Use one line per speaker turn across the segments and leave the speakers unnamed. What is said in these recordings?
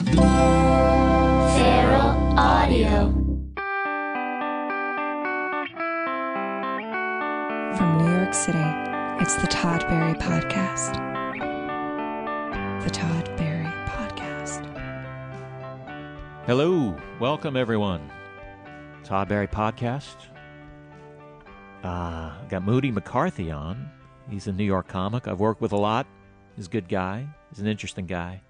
Feral Audio.
From New York City, it's the Todd Berry Podcast. The Todd Berry Podcast.
Hello, welcome everyone. Todd Barry Podcast. Uh, got Moody McCarthy on. He's a New York comic I've worked with a lot. He's a good guy. He's an interesting guy.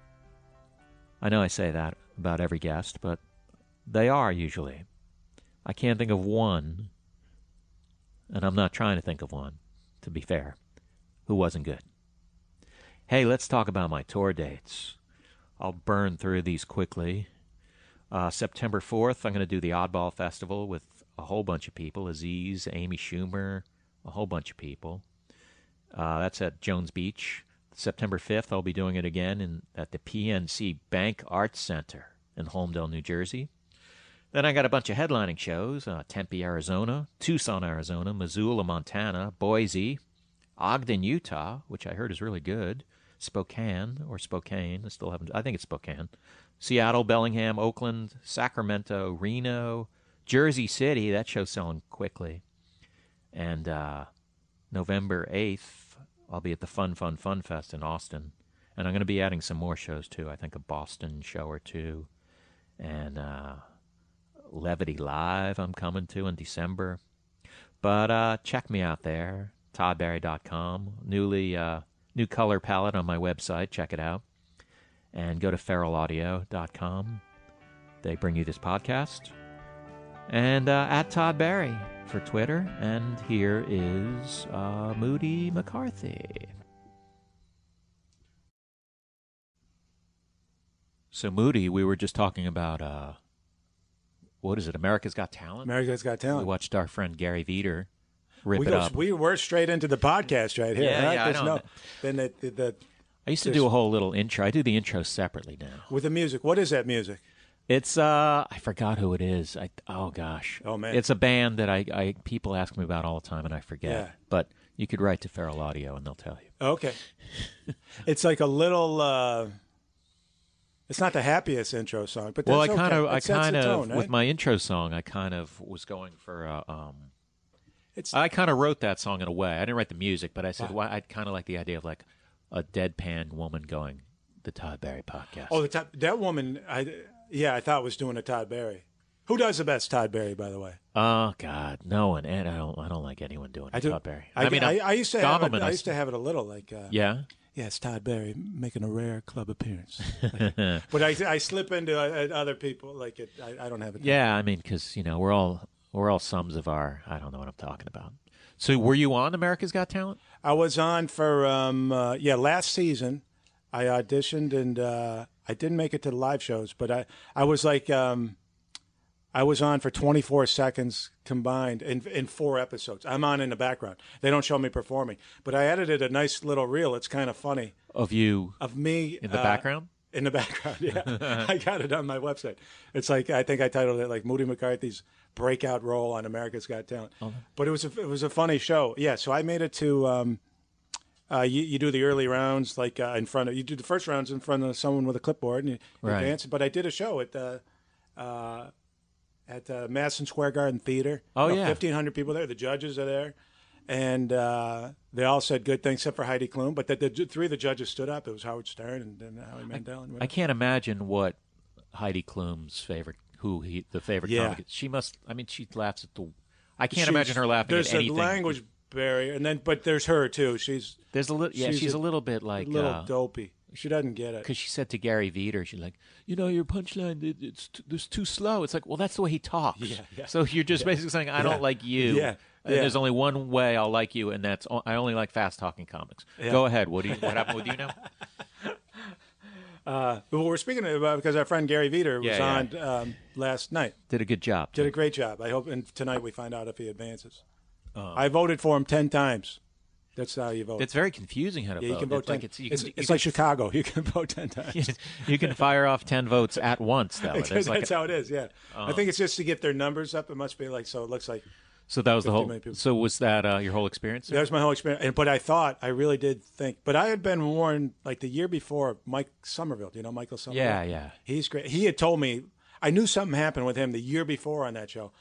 I know I say that about every guest, but they are usually. I can't think of one, and I'm not trying to think of one, to be fair, who wasn't good. Hey, let's talk about my tour dates. I'll burn through these quickly. Uh, September 4th, I'm going to do the Oddball Festival with a whole bunch of people Aziz, Amy Schumer, a whole bunch of people. Uh, that's at Jones Beach. September 5th, I'll be doing it again in, at the PNC Bank Arts Center in Holmdel, New Jersey. Then I got a bunch of headlining shows uh, Tempe, Arizona, Tucson, Arizona, Missoula, Montana, Boise, Ogden, Utah, which I heard is really good, Spokane or Spokane. I still haven't, I think it's Spokane, Seattle, Bellingham, Oakland, Sacramento, Reno, Jersey City. That show's selling quickly. And uh, November 8th, I'll be at the Fun Fun Fun Fest in Austin. And I'm going to be adding some more shows too. I think a Boston show or two. And uh, Levity Live, I'm coming to in December. But uh, check me out there, toddberry.com. Newly, uh, new color palette on my website. Check it out. And go to feralaudio.com. They bring you this podcast. And uh, at Todd Barry for Twitter. And here is uh, Moody McCarthy. So, Moody, we were just talking about uh, what is it? America's Got Talent?
America's Got
We
Talent.
watched our friend Gary Veter rip
we,
it
go-
up.
we were straight into the podcast right here.
Yeah,
huh?
yeah, I
There's
don't
no,
know.
then the, the, the,
I used to do a whole little intro. I do the intro separately now.
with the music. What is that music?
It's uh, I forgot who it is. I oh gosh,
Oh, man.
it's a band that I, I people ask me about all the time, and I forget.
Yeah.
But you could write to Feral Audio, and they'll tell you.
Okay, it's like a little. Uh, it's not the happiest intro song, but
well, I
that's okay.
kind of,
It
I
sets
kind
the
of,
tone, eh? right?
with my intro song, I kind of was going for. Uh, um,
It's-
I kind of wrote that song in a way. I didn't write the music, but I said well, I'd kind of like the idea of like a deadpan woman going the Todd Barry podcast.
Oh, the top, that woman. I yeah, I thought was doing a Todd Berry. Who does the best Todd Berry, by the way?
Oh God, no one, and I don't, I don't like anyone doing it. Todd Barry.
I,
mean,
I,
I'm-
I used to have
Gobelman,
it, I used to have it a little like. Uh,
yeah,
Yeah, it's Todd Berry making a rare club appearance. Like- but I, I slip into uh, other people like it. I, I don't have it.
yeah. I mean, because you know, we're all we're all sums of our. I don't know what I'm talking about. So, were you on America's Got Talent?
I was on for um uh, yeah last season. I auditioned and uh, I didn't make it to the live shows, but I I was like um I was on for 24 seconds combined in in four episodes. I'm on in the background. They don't show me performing, but I edited a nice little reel. It's kind of funny
Of you
of me
in the
uh,
background?
in the background. Yeah, I got it on my website. It's like I think I titled it like Moody McCarthy's breakout role on America's Got Talent.
Oh,
But it was a, it was a funny show. Yeah, so I made it to. Um, uh, you, you do the early rounds like uh, in front of you do the first rounds in front of someone with a clipboard and you, you
Right.
dance. But I did a show at the uh, at the Madison Square Garden Theater.
Oh,
About
yeah.
fifteen hundred people there. The judges are there, and uh, they all said good things except for Heidi Klum. But the, the ju- three of the judges stood up. It was Howard Stern and then Howie Mandel. and
I can't imagine what Heidi Klum's favorite, who he, the favorite
Yeah.
comic. is. She must. I mean, she laughs at the. I can't
She's-
imagine her laughing
There's
at anything.
a language barrier, and then but there's her too. She's
There's a little. Yeah, she's,
she's
a,
a-
little bit
a
like
little
uh,
dopey. She doesn't get it.
because she said to Gary Veter, she's like, you know, your punchline it, it's t- it's too slow. It's like, well, that's the way he talks. So you're just basically saying, I don't like you.
Yeah,
And
yeah.
there's only one way I'll like you, and that's o- I only like fast talking comics. Go ahead. What do you? What happened with you now?
Uh, well, we're speaking about because our friend Gary Veter was
Yeah, yeah.
on um, last night.
Did a good job.
Did a great job. I hope and tonight we find out if he advances. I voted for him ten times. That's how you vote.
Oh. That's very confusing how to
yeah,
vote.
you can vote
It's
ten.
like it's, you
it's
can,
it's
you
like Chicago. You can vote ten times.
can- you can fire off ten votes at once. Though
Because
There's like
that's
a- Uh-huh.
how it is. Yeah, I think it's just to get their numbers up. It must be like so. It looks like
so that was the
50
whole.
million people.
So was that uh, your whole experience?
that was my whole experience. And, but I thought I really did think. But I had been warned like the year before. Mike Somerville, do you know Michael Somerville?
Yeah, yeah.
He's great. He had told me I knew something happened with him the year before on that show,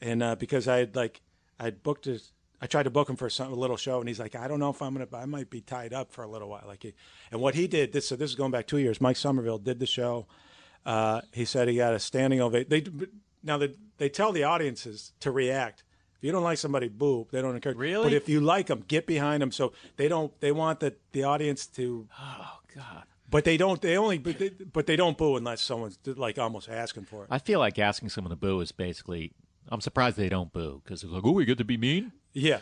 and uh, because I had like I had booked his. I tried to book him for some a little show, and he's like, "I don't know if I'm gonna. I might be tied up for a little while." Like, he, and what he did this. So this is going back two years. Mike Somerville did the show. Uh, he said he got a standing ovation. They now they, they tell the audiences to react. If you don't like somebody, boo. They don't encourage.
Really?
But if you like them, get behind them. So they don't. They want the the audience to
Oh God.
but they don't. They only. But they, but they don't boo unless someone's like almost asking for it.
I feel like asking someone to boo is basically. I'm surprised they don't boo because it's like, oh, we get to be mean.
Yeah,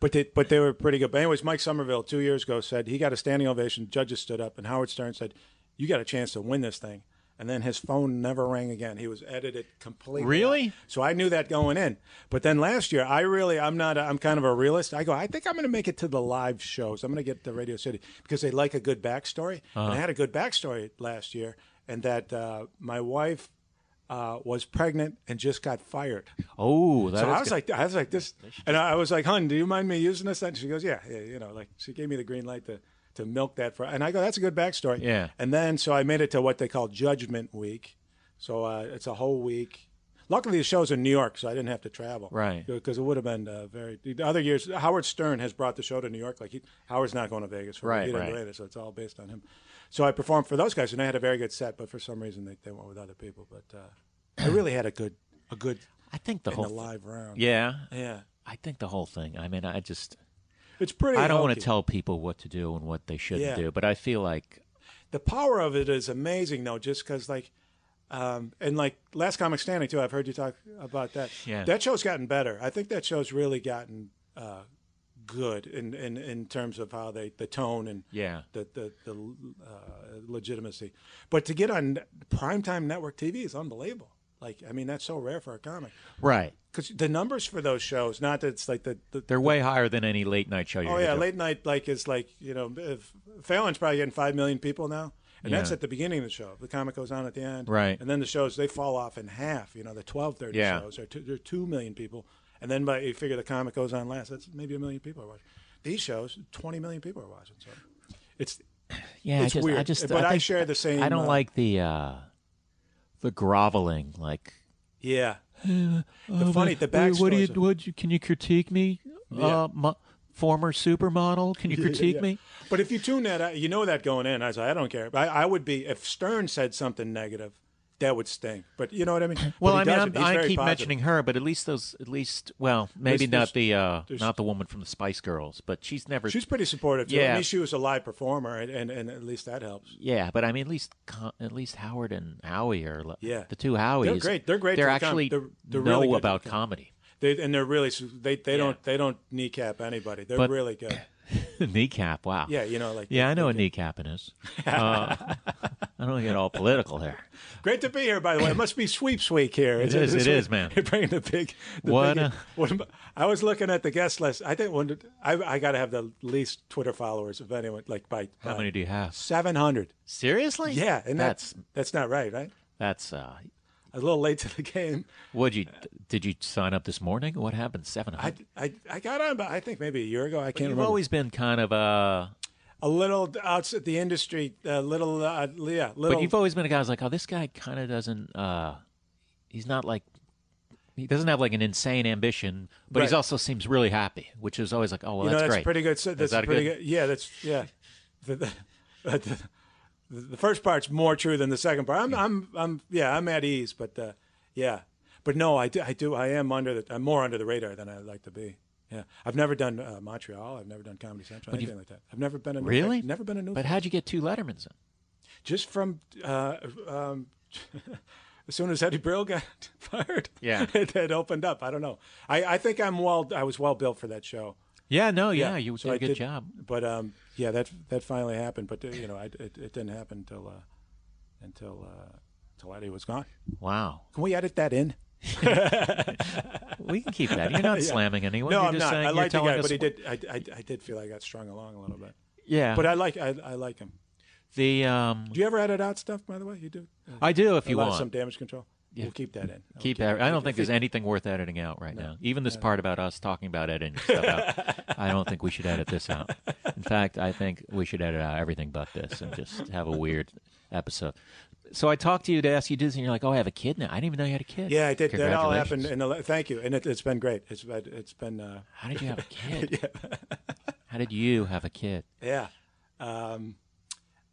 but they but they were pretty good. But anyways, Mike Somerville two years ago said he got a standing ovation. Judges stood up, and Howard Stern said, "You got a chance to win this thing." And then his phone never rang again. He was edited completely.
Really?
out. So I knew that going in. But then last year, I really, I'm not, a, I'm kind of a realist. I go, I think I'm going to make it to the live shows. I'm going to get the Radio City because they like a good backstory. And I had a good backstory last year, and that uh, my wife uh, was pregnant and just got fired.
Oh, that
So I
is
was
good.
like, I was like this, and I I was like, "Hun, do you mind me using this?" And she goes, "Yeah, yeah." You know, like she gave me the green light to to milk that for. And I go, "That's a good backstory."
Yeah.
And then so I made it to what they call Judgment Week, so uh, it's a whole week. Luckily, the show's in New York, so I didn't have to travel.
Right.
Because it would have been uh, very. The other years, Howard Stern has brought the show to New York. Like he, Howard's not going to Vegas. For
Right,
He didn't
right.
do it, so it's all based on him. So I performed for those guys, and I had a very good set. But for some reason, they, they went with other people. But uh, I really had a good a good
I think the
in
whole.
the
th-
live round.
yeah,
Yeah.
I think the whole thing. I mean, I just.
It's pretty.
I don't want
hokey.
to tell people what to do and what they shouldn't
Yeah.
do, but I feel like
The power of it is amazing, though, just because, like, um, and like Last Comic Standing too. I've heard you talk about that.
Yeah.
That show's gotten better. I think that show's really gotten uh, good in, in in terms of how they the tone and
Yeah.
the the, the uh, legitimacy. But to get on primetime network TV is unbelievable. Like, I mean, that's so rare for a comic
right.
because the numbers for those shows. Not that it's like the, the
They're way higher than any late night show. You're
Oh
gonna
yeah,
do.
late night like is like you know if Fallon's probably getting five million people now, and that's
Yeah.
at the beginning of the show. The comic goes on at the end,
Right.
And then the shows they fall off in half. You know the twelve thirty
Yeah.
shows are two, they're two million people, and then by you figure the comic goes on last. That's maybe a million people are watching. These shows, twenty million people are watching. So it's
Yeah, I
It's
just, I
weird,
just,
but I
think-
share the same,
I don't
uh,
like the uh, the groveling. Like,
yeah. The funny the backstory.
what do you? What you, can you critique me? Uh, my, former supermodel, can you critique me?
But if you tune that, out, you know that going in. I was like, I don't care. I, I would be if Stern said something negative, that would sting. But you know what I mean.
Well, I
But he
mean,
doesn't.
I'm,
He's
I
very
keep
positive.
mentioning her, but at least those, at least, well, maybe
There's-
not the uh,
there's-
not the woman from the Spice Girls, but she's never.
She's pretty supportive. Too.
Yeah.
I mean, she was a live performer, and, and, and at least that helps.
yeah, but I mean, at least Con- at least Howard and Howie are li-
Yeah.
the two Howies.
great. They're great
They're
to the com-
actually
they're- they're
know
really good to
about
the com-
comedy.
They and they're really su- they they
Yeah.
don't they don't kneecap anybody. They're
But-
really good.
kneecap. Wow.
Yeah, you know, like
Yeah, I know what kneecapping is. Uh, I don't get all political here.
Great to be here, by the way. It must be sweeps week here. It's,
is,
it's
it
week-
is, man.
You're bringing the big. The
What
big-
a-
what am I I was looking at the guest list. I think one. I I got to have the least Twitter followers of anyone. Like by
How many do you have?
Seven hundred.
Seriously?
Yeah, and
that's
that's that's not right, right?
that's. uh
I was a little late to the game.
What you did you sign up this morning? What happened? Seven
I,
hundred.
I, I got on, but I think maybe a year ago. I can't
You've
remember.
always been kind of uh
a little outside the industry, a little, uh, yeah, little.
but you've always been a guy who's like, oh, this guy kind of doesn't. uh He's not like. He doesn't have like an insane ambition, but he
Right.
also seems really happy, which is always like, oh, well,
you know,
that's,
that's
great.
pretty good. So that's
that a
pretty
good-
good? Yeah, that's yeah. The, the, but the, the first part's more true than the second part. I'm, I'm, I'm, yeah, I'm at ease, but uh, yeah, but no, I do, I do, I am under the, I'm more under the radar than I'd like to be. Yeah, I've never done uh, Montreal. I've never done Comedy Central, anything like that. I've never been a new,
Really?
I've never been a new.
But how'd you get two Lettermans in?
just from uh, um, as soon as Eddie Brill got fired,
Yeah.
it, it opened up. I don't know. I, I think I'm well. I was well built for that show.
Yeah, no, yeah, you
so
did
I
a good
did-
job.
But um, yeah, that that finally happened. But uh, you know, I, it, it didn't happen until uh, until uh, until Eddie was gone.
Wow.
Can we edit that in?
We can keep that. You're not slamming anyone.
no,
You're
I'm
just
not.
saying
I
you're
like the
telling
guy,
us
but he did. I, I, I did feel I got strung along a little bit.
Yeah.
But I like I, I like him.
the um
Do you ever edit out stuff? By the way, you do.
I do if you
a lot of
want.
some damage control. We'll keep that in. I'll
Keep. every- I don't think there's anything worth editing out right now. Even this part about us talking about editing stuff out, I don't think we should edit this out. In fact, I think we should edit out everything but this and just have a weird episode. So I talked to you to ask you to do this, and you're like, "Oh, I have a kid now. I didn't even know you had a kid."
Yeah, I did. That all
Congratulations.
happened. In a, thank you, and it, it's been great. It's been it's been uh,
How did you have a kid? How did you have a kid?
yeah. Um,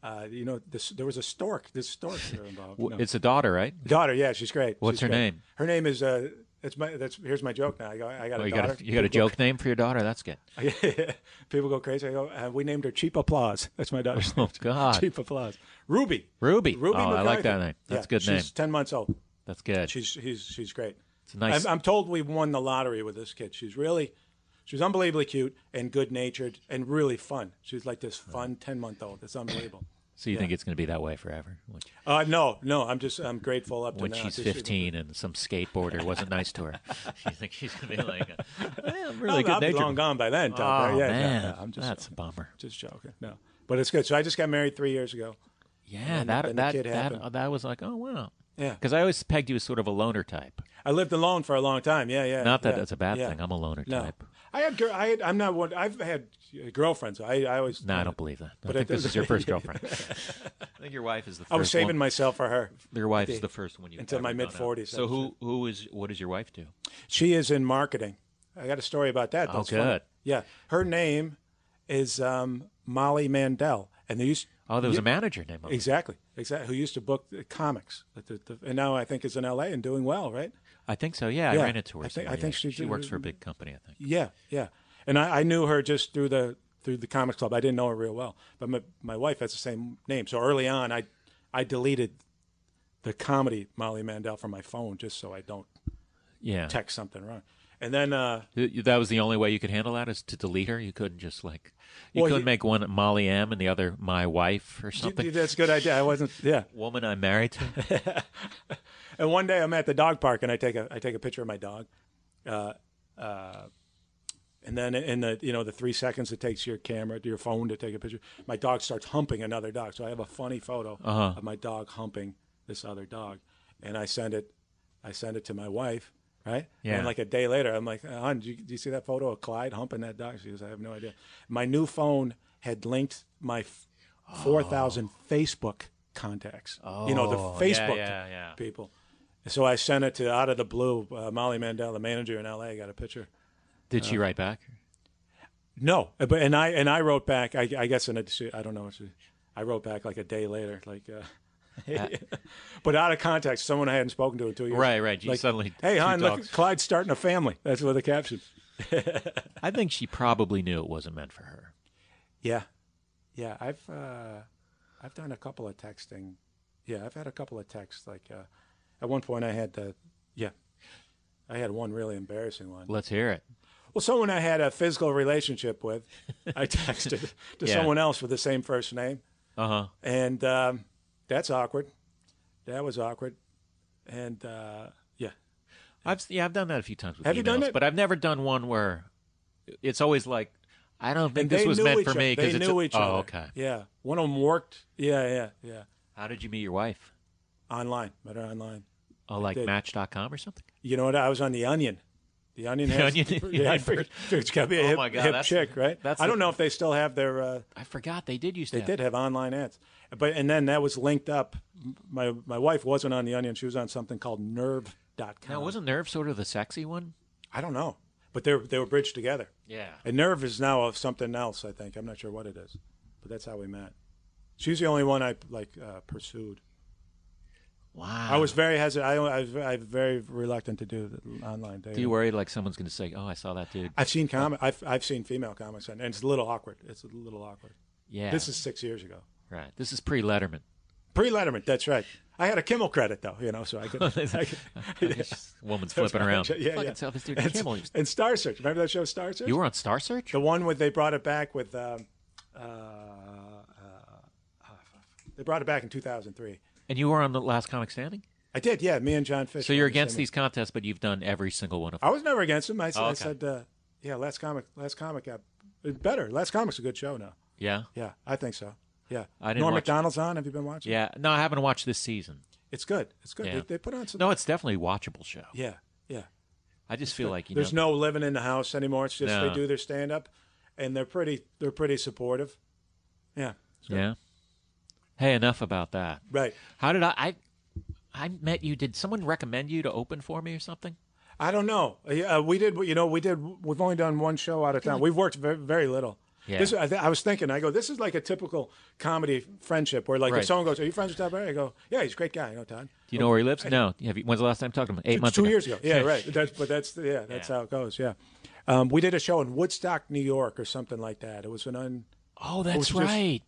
uh, you know, this, there was a stork. This stork that were involved.
W
No.
It's a daughter, right?
daughter. Yeah, she's great.
What's
She's
her
great.
name?
Her name is. Uh, that's my. That's here's my joke now. I, go, I got
Oh,
a
you
daughter.
got a, you got a
People
joke name for your daughter? That's good.
go- People go crazy. I go. Uh, we named her Cheap Applause. That's my daughter's name.
Oh, God.
Cheap Applause. Ruby.
Ruby.
Ruby.
Oh, I like
McIver.
that name. That's
Yeah,
a good name.
She's ten months old.
That's good.
She's she's she's great.
It's a nice-
I'm, I'm told we won the lottery with this kid. She's really, she's unbelievably cute and good natured and really fun. She's like this fun ten month old. It's unbelievable.
so you think it's going to be that way forever? Which-
Uh, no, no, I'm just I'm grateful up to
when
now.
she's
This is-
15 and some skateboarder wasn't nice to her. She thinks she's going to be like, "Eh, I'm
I'll,
really
I'll
good
be
natured.
long gone by then. Tom.
Oh,
yeah, yeah,
man.
yeah, I'm just
That's a bummer.
just joking. No, but it's good. So I just got married three years ago.
Yeah,
then
that,
the
that,
kid
that,
happened.
that was like, oh, wow.
Yeah,
Because I always pegged you as sort of a loner type.
I lived alone for a long time. Yeah, yeah.
Not that
yeah,
that's a bad
yeah.
thing. I'm a loner
No,
type.
I had girl. I had, I'm not one. I've had girlfriends. I, I always.
No, I don't believe that. I
But
think
it
this is your
doesn't-
first girlfriend. I think your wife is the first
I was saving
one.
myself for her.
Your wife is the first one you
until my mid-forties, that
So
was
who who is what does your wife do?
She is in marketing. I got a story about that.
Oh,
That's funny.
good.
Yeah, her name is um, Molly Mandel, and they used
Oh, there was a manager named. Exactly.
exactly exactly who used to book the comics, Like the- the- and now I think is in L.A. and doing well, right?
I think so. Yeah,
Yeah,
I ran into her.
I think- I
somewhere,
think
yeah.
she
she
did-
works for a big company. I think.
Yeah, yeah. And I, I knew her just through the through the comics club. I didn't know her real well, but my my wife has the same name. So early on, I I deleted the comedy Molly Mandel from my phone just so I don't
Yeah.
text something wrong. And then uh,
Th- That was the only way you could handle that is to delete her. You couldn't just like you
Well,
couldn't
you-
make one Molly M and the other my wife or something.
that's a good idea. I wasn't. Yeah.
Woman I'm married to.
And one day I'm at the dog park and I take a I take a picture of my dog, uh, uh, and then in the you know the three seconds it takes your camera your phone to take a picture, my dog starts humping another dog. So I have a funny photo of my dog humping this other dog, and I send it, I send it to my wife. Right.
Yeah.
And like a day later, I'm like, "Hon, do you, do you see that photo of Clyde humping that dog?" She goes, "I have no idea." My new phone had linked my f- four thousand Facebook contacts. Oh, you know the
Oh, yeah,
Facebook
yeah, yeah.
people. So I sent it to out of the blue. Uh, Molly Mandel, the manager in L.A., got a picture.
Did
Uh.
she write back?
No, uh, but and I and I wrote back. I, I guess in a, I don't know. What she, I wrote back like a day later, like. Uh, but out of context, someone I hadn't spoken to in two years.
Right, right. You suddenly-
hey,
two
hon, look,
dogs."
Clyde's starting a family. That's what the caption.
I think she probably knew it wasn't meant for her.
Yeah, yeah. I've uh, I've done a couple of texting. Yeah, I've had a couple of texts. Like uh, at one point, I had uh, yeah, I had one really embarrassing one.
Let's hear it.
Well, someone I had a physical relationship with, I texted to
Yeah.
someone else with the same first name,
Uh huh.
and um, that's awkward. That was awkward, and uh, yeah,
I've yeah I've done that a few times with
Have
emails,
you done it?
but I've never done one where it's always like I don't think
and
this
they
was
knew
meant
each
for
other.
me
They
it's
knew
a-
each
oh
other.
okay.
Yeah, one of them worked. Yeah, yeah, yeah.
How did you meet your wife?
Online, met her online.
Oh, like
did.
Match.com or something?
You know what? I was on the Onion. The Onion.
The
has,
Onion-
Yeah,
yeah,
I
I've
figured-
heard.
figured it's gotta be a
Oh
hip,
my God,
hip
that's-
chick, right?
that's
I
the-
don't know if they still have their. Uh,
I forgot they did used to.
They
have-
did have online ads, but and then that was linked up. My my wife wasn't on the Onion; she was on something called Nerve.com.
Now wasn't Nerve sort of the sexy one?
I don't know, but they were, they were bridged together.
Yeah.
And Nerve is now of something else. I think I'm not sure what it is, but that's how we met. She's the only one I like uh, pursued.
Wow.
I was very hesitant. I, I, was- I'm very reluctant to do the online dating.
Do you worry like someone's going to say, "Oh, I saw that dude"?
I've seen comic. I've I've seen female comics, and it's a little awkward. It's a little awkward.
yeah.
This is six years ago.
right. This is pre-Letterman.
Pre Letterman, that's right. I had a Kimmel credit though, you know, so I could. I could-
This woman's flipping around.
Yeah, yeah.
Fucking sell this dude
and,
Kimmel used-
and Star Search. Remember that show, Star Search?
You were on Star Search.
the one with they brought it back with. Um, uh, uh, uh, they brought it back in 2003.
And you were on the last comic standing?
I did, yeah. Me and John Fisher.
So you're
were the
against
same-
these contests, but you've done every single one of them.
I was never against him. I, s-
Oh,
I
okay.
said, uh, yeah, last comic, last comic got it's better. Last comic's a good show now.
Yeah?
Yeah, I think so. Yeah,
I didn't
Norm
watch it.
McDonald's on. Have you been watching?
Yeah. No, I haven't watched this season.
it's good. It's good.
Yeah.
They, they put on some.
No, it's definitely a watchable show.
Yeah, yeah.
I just feel like, you
There's
know,
no living in the house anymore. It's just
No.
they do their stand up, and they're pretty. They're pretty supportive. Yeah.
Yeah. Hey, enough about that.
Right.
How did I, I I met you? Did someone recommend you to open for me or something?
I don't know. Yeah, uh, we did. You know, we did. We've only done one show out of town. We've worked very, very little.
Yeah.
This, I, th- I was thinking. I go. This is like a typical comedy friendship where, like,
Right.
if someone goes, "Are you friends with Todd Barry?" I go, "Yeah, he's a great guy. I know Todd."
Do you know where he lives? No. Have you, when's the last time you talked to him? Eight months
Oh, two
ago.
years ago. Yeah, right. That's, but that's yeah, that's
Yeah.
how it goes. Yeah, um, we did a show in Woodstock, New York, or something like that. It was an un.
Oh, that's
just-
right.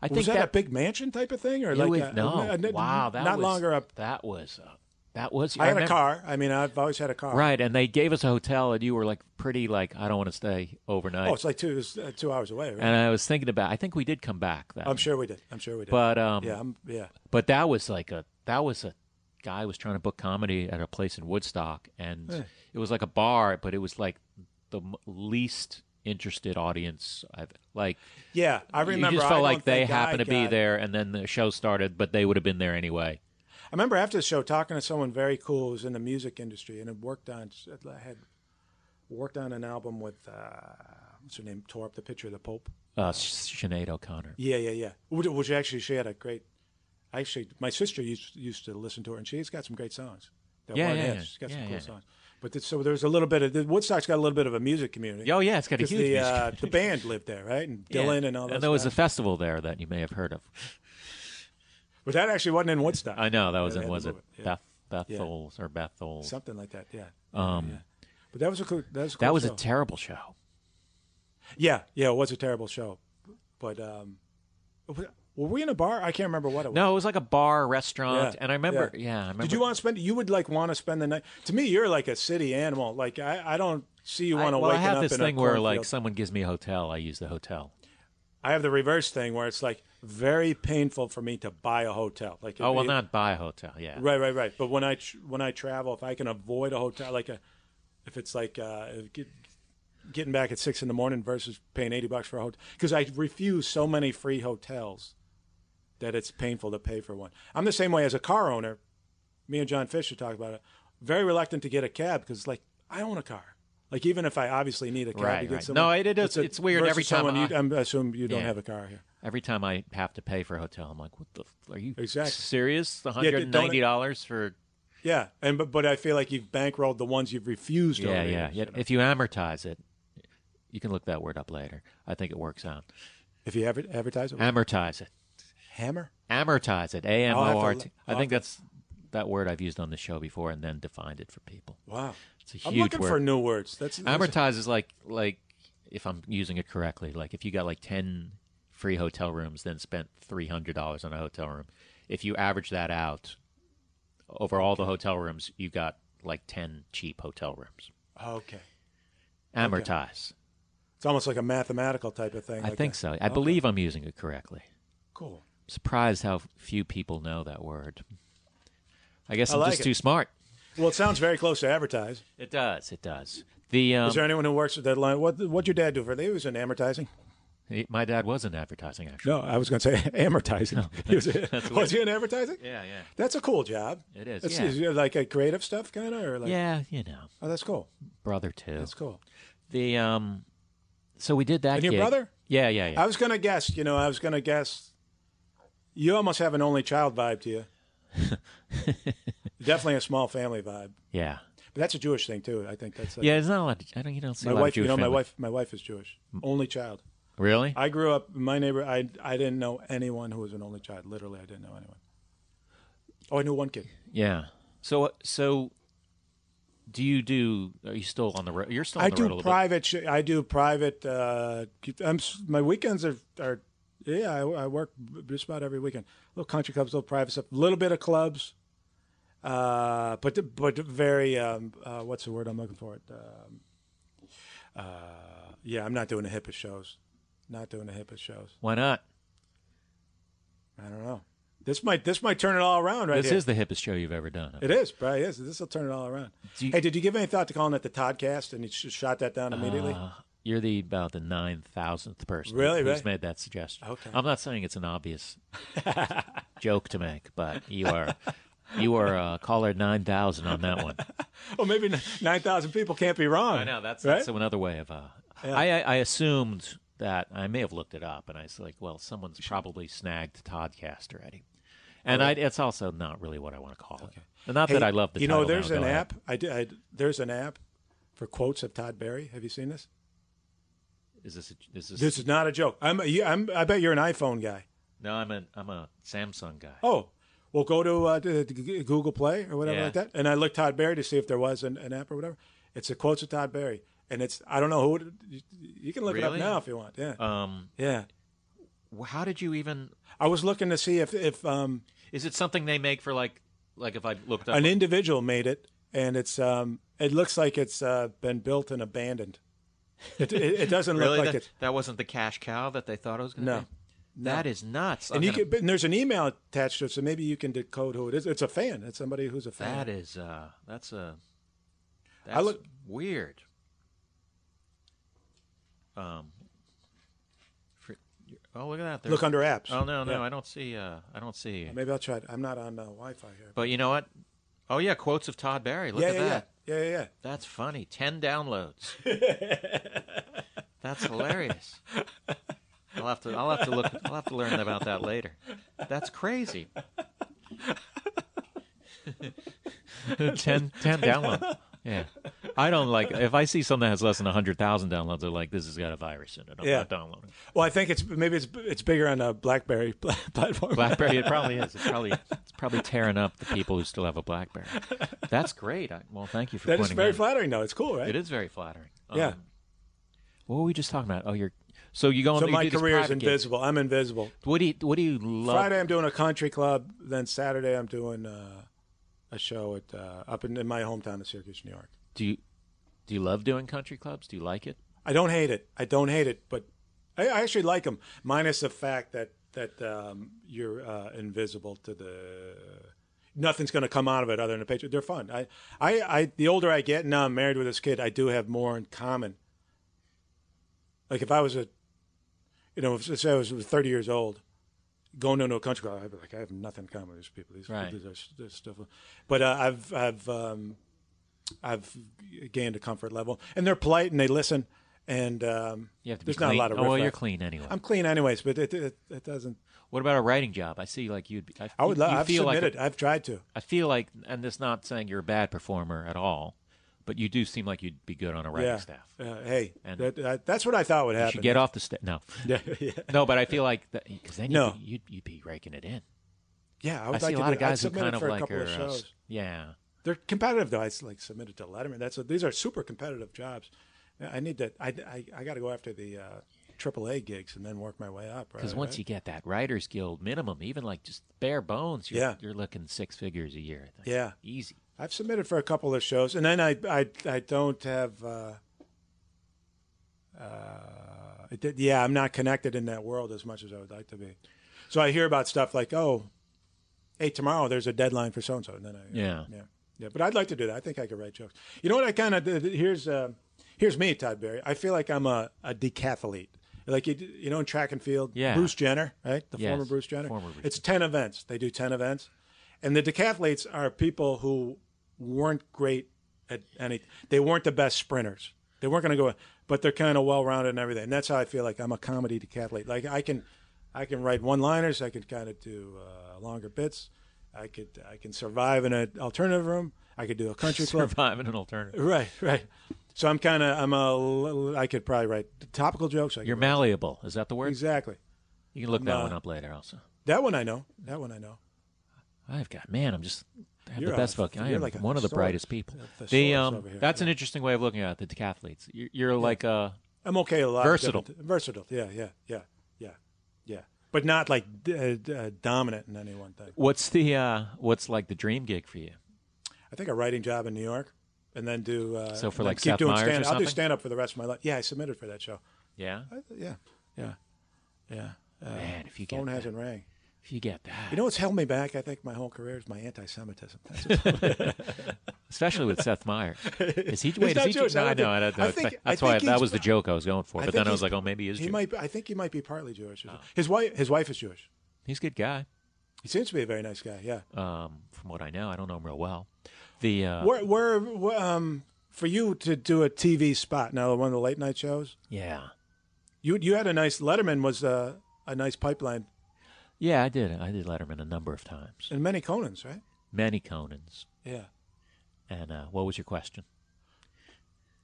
I think
was that, a big mansion type of thing, or
it
like uh,
was-
a-
no.
a- a-
wow, that
not
was,
longer up.
That was uh, that was.
I, had a
remember-
car. I mean, I've always had a car.
Right, and they gave us a hotel, and you were like pretty like I don't want to stay overnight.
Oh, it's like two it's, uh, two hours away. Right?
and I was thinking about. I think we did come back. That
I'm sure we did. I'm sure we did.
but um,
yeah, I'm, yeah.
But that was like a that was a guy was trying to book comedy at a place in Woodstock, and it was like a bar, but it was like the m- least interested audience. I've like
Yeah, I remember.
you just
I
felt
don't
like they
think I
happened to be
got-
there, and then the show started, but they would have been there anyway.
I remember after the show talking to someone very cool who's in the music industry and had worked on had worked on an album with uh, what's her name tore up the picture of the Pope.
Uh, Sinead O'Connor.
Yeah, yeah, yeah. Which, which actually she had a great. Actually, my sister used used to listen to her, and she's got some great songs. That
Yeah,
one
yeah,
is.
yeah.
She's got
Yeah,
some cool
yeah.
songs. But th- so there's a little bit of the, Woodstock's got a little bit of a music community.
Oh yeah, it's got a
'Cause
huge
the
music-
uh, the band lived there, right? And Dylan
Yeah.
and all that.
And there was a
stuff.
festival there that you may have heard of.
but that actually wasn't in Woodstock.
I know that was
They
in
had to
was it
move it, yeah.
Beth Bethel's or Bethel's.
something like that. Yeah.
um,
But that was a cool. That was a, cool
That was a
show.
terrible show.
yeah, yeah. It was a terrible show, but um, were we in a bar? I can't remember what it was.
No, it was like a bar restaurant, and I remember. Yeah, I remember.
Did you want to spend? You would like want to spend the night. To me, you're like a city animal. Like I, I don't see you want
I,
to
well,
wake
I
up.
have this
in a
thing where like
cornfield.
someone gives me a hotel, I use the hotel.
I have the reverse thing where it's like very painful for me to buy a hotel. Like if
Oh well,
you-
not buy a hotel. Yeah.
right, right, right. But when I tr- when I travel, if I can avoid a hotel, like a if it's like uh, if get, getting back at six in the morning versus paying eighty bucks for a hotel, because I refuse so many free hotels that it's painful to pay for one. I'm the same way as a car owner. Me and John Fisher talk about it. Very reluctant to get a cab because like I own a car. Like even if I obviously need a cab
Right,
to get
right.
somewhere,
No, it- it is-
a-
it's weird every
versus
time
someone
I-
you- I'm- I assume you don't
Yeah.
have a car here.
Every time I have to pay for a hotel, I'm like, what the? f- Are you
Exactly.
serious? One
don't-
hundred and ninety dollars for?
Yeah, and but but I feel like you've bankrolled the ones you've refused.
Yeah,
over the
yeah.
years,
Yet
you know?
if you amortize it, you can look that word up later. I think it works out.
If you adver- advertise it, with
Amortize it.
hammer.
Amortize it. A M
I'll have to
O R
look-
T.
I'll
I think
have
that's that word I've used on the show before, and then defined it for people.
Wow,
It's a
I'm
huge
looking
word.
for new words. That's, that's
Amortize is like like if I'm using it correctly, like if you got like ten free hotel rooms, then spent three hundred dollars on a hotel room. If you average that out over all the hotel rooms, you got like ten cheap hotel rooms.
oh, okay.
Amortize.
It's almost like a mathematical type of thing.
I
like
think
a-
so. I believe I'm using it correctly.
Cool.
Surprised how few people know that word. I guess
I
I'm
like
just
it.
too smart.
Well, it sounds very close to advertise.
It does. It does. The um,
Is there anyone who works with that line? What What'd your dad do for? He was in advertising.
he- my dad was in advertising actually.
No, I was going to say advertising. he was, was he in advertising?
Oh, Yeah, yeah,
That's a cool job.
It is,
It's,
yeah.
is it like a creative stuff kind of, or like
yeah. You know,
oh, that's cool.
brother too.
That's cool.
The um, so we did that.
And your
gig.
brother?
Yeah, yeah, yeah.
I was going to guess. You know, I was going to guess. You almost have an only child vibe to you. Definitely a small family vibe.
yeah,
But that's a Jewish thing too. I think that's a,
yeah. There's not a lot. I don't. You don't see
My
a lot
wife,
of Jewish
you know, my
family. Mm.
wife, my wife is Jewish, only child.
Really?
I grew up my neighbor. I I didn't know anyone who was an only child. Literally, I didn't know anyone. Oh, I knew one kid.
yeah. So, uh, so, do you do? Are you still on the road? You're still on
I
the road a
do
little
private. Sh- I do private. Uh, I'm s- my weekends are are yeah. I, I work just about every weekend. Little country clubs, little private stuff, little bit of clubs. Uh, but but very um, uh, what's the word I'm looking for? Um, uh, yeah, I'm not doing the hippest shows. Not doing the hippest shows.
bit. Why not?
I don't know. This might this might turn it all around right
This
here.
is the hippest show you've ever done.
it is, probably is. This will turn it all around.
Do you-
hey, did you give any thought to calling it the Toddcast? And you just shot that down immediately.
Uh, you're the about the nine thousandth person
Really,
who's
right?
made that suggestion.
Okay.
I'm not saying it's an obvious joke to make, but you are you are uh, caller nine thousand on that one.
oh, maybe nine thousand people can't be wrong.
I know that's,
right?
that's another way of. Uh, I, I I assumed that I may have looked it up, and I was like, well, someone's probably snagged Toddcast already, and I, it's also not really what I want to call it. Not that
Hey,
I love the
You know,
title now,
there's
go
an
ahead.
app. I, did- I there's an app for quotes of Todd Berry. Have you seen this?
Is this a, is this,
This is not a joke. I'm, you- I'm I bet you're an iPhone guy.
no? I'm a I'm a Samsung guy.
Oh, well, go to uh, to- to G- Google Play or whatever
Yeah.
like that, and I looked Todd Berry to see if there was an, an app or whatever. It's a quotes of Todd Berry, and it's I don't know who. it- You, you can look it up
Really?
now if you want. Yeah,
Um,
yeah.
wh- how did you even?
I was looking to see if if um,
Is it something they make for like like if I looked up?
an individual made it, and it's um, it looks like it's uh, been built and abandoned. It, it, it doesn't
really,
look like
that,
it's
that wasn't the cash cow that they thought it was going to
No.
be. That is nuts.
And
I'm
you
gonna-
could, and there's an email attached to it, so maybe you can decode who it is. It's a fan. It's somebody who's a fan.
That is uh that's a that's
I look-
weird. Um for, Oh, look at that. There's,
Look under apps.
Oh no, no,
Yeah.
I don't see uh I don't see.
Maybe I'll try it. I'm not on uh, Wi-Fi here.
But you know what? Oh yeah, quotes of Todd Barry. Look
yeah,
at
yeah,
that.
yeah, yeah, yeah, yeah.
That's funny. 10 downloads. that's hilarious. I'll have to I'll have to look I'll have to learn about that later. That's crazy. 10, 10 downloads. Yeah. I don't like if I see something that has less than 100,000 downloads I'm like this has got a virus in it. I'm
Yeah.
not downloading.
Well, I think it's maybe it's it's bigger on a BlackBerry pla- platform.
Blackberry it probably is. It's probably it's probably tearing up the people who still have a Blackberry. That's great. I, well, thank you for
that is
pointing
very
that out.
flattering, though. It's cool, right?
It is very flattering.
Yeah.
Um, what were we just talking about? Oh, you're so you go on.
so
you
my
do these
career is
private gigs.
invisible. I'm invisible.
What do you What do you love?
Friday, I'm doing a country club. Then Saturday, I'm doing uh, a show at uh, up in, in my hometown of Syracuse, New York.
Do you Do you love doing country clubs? Do you like it?
I don't hate it. I don't hate it, but I, I actually like them, minus the fact that that um, you're uh, invisible to the. Nothing's going to come out of it other than a picture. They're fun. I, I, I, the older I get, and now I'm married with this kid. I do have more in common. Like if I was a, you know, if, say I was 30 years old, going into a country club, I'd be like, I have nothing in common with these people. These
Right.
people, these are, this stuff. But uh, I've, I've, um, I've gained a comfort level, and they're polite and they listen. And um,
You have to be
there's
clean.
not a lot of.
oh, well,
riffraff.
you're clean anyway.
I'm clean, anyways, but it it, it doesn't.
what about a writing job? I see, like you'd. Be, I,
I would.
You
love. I've
feel
submitted.
Like,
I've tried to.
I feel like, and this not saying you're a bad performer at all, but you do seem like you'd be good on a writing
yeah.
staff.
Uh, hey,
And-
that, that, that's what I thought would
You
happen.
should get off the stage. No,
Yeah, yeah.
no, but I feel like because then you'd,
No.
be, you'd you'd be raking it in.
Yeah, I
I
would
see
like
a
to
lot of
do it. I'd
guys who
submitted
kind of
for a
like
couple
are.
of
uh,
shows.
yeah.
They're competitive though. I s- like submitted to Letterman. That's what, these are super competitive jobs. I need to. I I, I got to go after the uh, AAA gigs and then work my way up.
Because once you get that Writers Guild minimum, even like just bare bones, you're,
Yeah.
you're looking six figures a year. I think.
Yeah.
Easy.
I've submitted for a couple of shows, and then I I I don't have. Uh, uh, it did, yeah, I'm not connected in that world as much as I would like to be. So I hear about stuff like, oh, hey, tomorrow there's a deadline for so and so, and then I uh,
Yeah.
yeah yeah. But I'd like to do that. I think I could write jokes. You know what? I kind of here's uh, here's me, Todd Berry. I feel like I'm a, a decathlete. Like you, you know, in track and field,
Yeah.
Bruce Jenner, right? The
Yes,
former Bruce Jenner.
former Bruce
it's ten events. They do ten events, and the decathletes are people who weren't great at any. They weren't the best sprinters. They weren't going to go, but they're kind of well rounded and everything. And that's how I feel like I'm a comedy decathlete. Like I can, I can write one liners. I can kind of do uh, longer bits. I could, I can survive in an alternative room. I could do a country club.
Surviving an alternative.
Right, right. So I'm kind of, I'm a, little- I could probably write topical jokes. I could
You're
write-
malleable. Is that the word?
exactly.
You can look that
Ma-
one up later also.
That one I know. That one I know.
I've got, man, I'm just, I have
You're
the
a-
best book. I
you're
am
like a
one of the
thesaurus-
brightest people.
a thesaurus
The, um,
over here,
that's an interesting way of looking at it, the decathletes. You're, you're like, uh,
I'm okay a lot. of
Versatile.
different- Versatile. Yeah, yeah, yeah, yeah, yeah. But not like d- uh, d- uh, dominant in any one thing.
what's the, uh, what's like the dream gig for you?
I think a writing job in New York, and then do. Uh,
So for,
and then
like,
keep
Seth
doing
Meyers or
stand. I'll do
something?
stand up for the rest of my life. Yeah, I submitted for that show.
Yeah.
I, yeah, yeah, yeah. Uh,
Man, if you get
phone
that.
hasn't rang.
If you get that,
You know what's held me back? I think my whole career is my anti-Semitism. That's what's-
especially with Seth Meyers, is he?
He's
Wait, is
not
he?
Jewish,
no,
I
I
don't
know. I
think-
don't know.
I think-
that's
I
why
think
that
he's-
was the joke I was going for.
I
But
think
then I was
he's-
like, oh, maybe he is.
he
Jewish. Oh.
might. I think he might be partly Jewish. His wife. His wife is Jewish.
He's a good guy.
He seems to be a very nice guy. Yeah.
Um, from what I know, I don't know him real well. The uh,
where, where, where, um, for you to do a TV spot now, one of the late night shows.
yeah,
You you had a nice Letterman was a, a nice pipeline
yeah, I did. I did Letterman a number of times.
and many Conans, right?
Many Conans.
Yeah.
And uh, what was your question?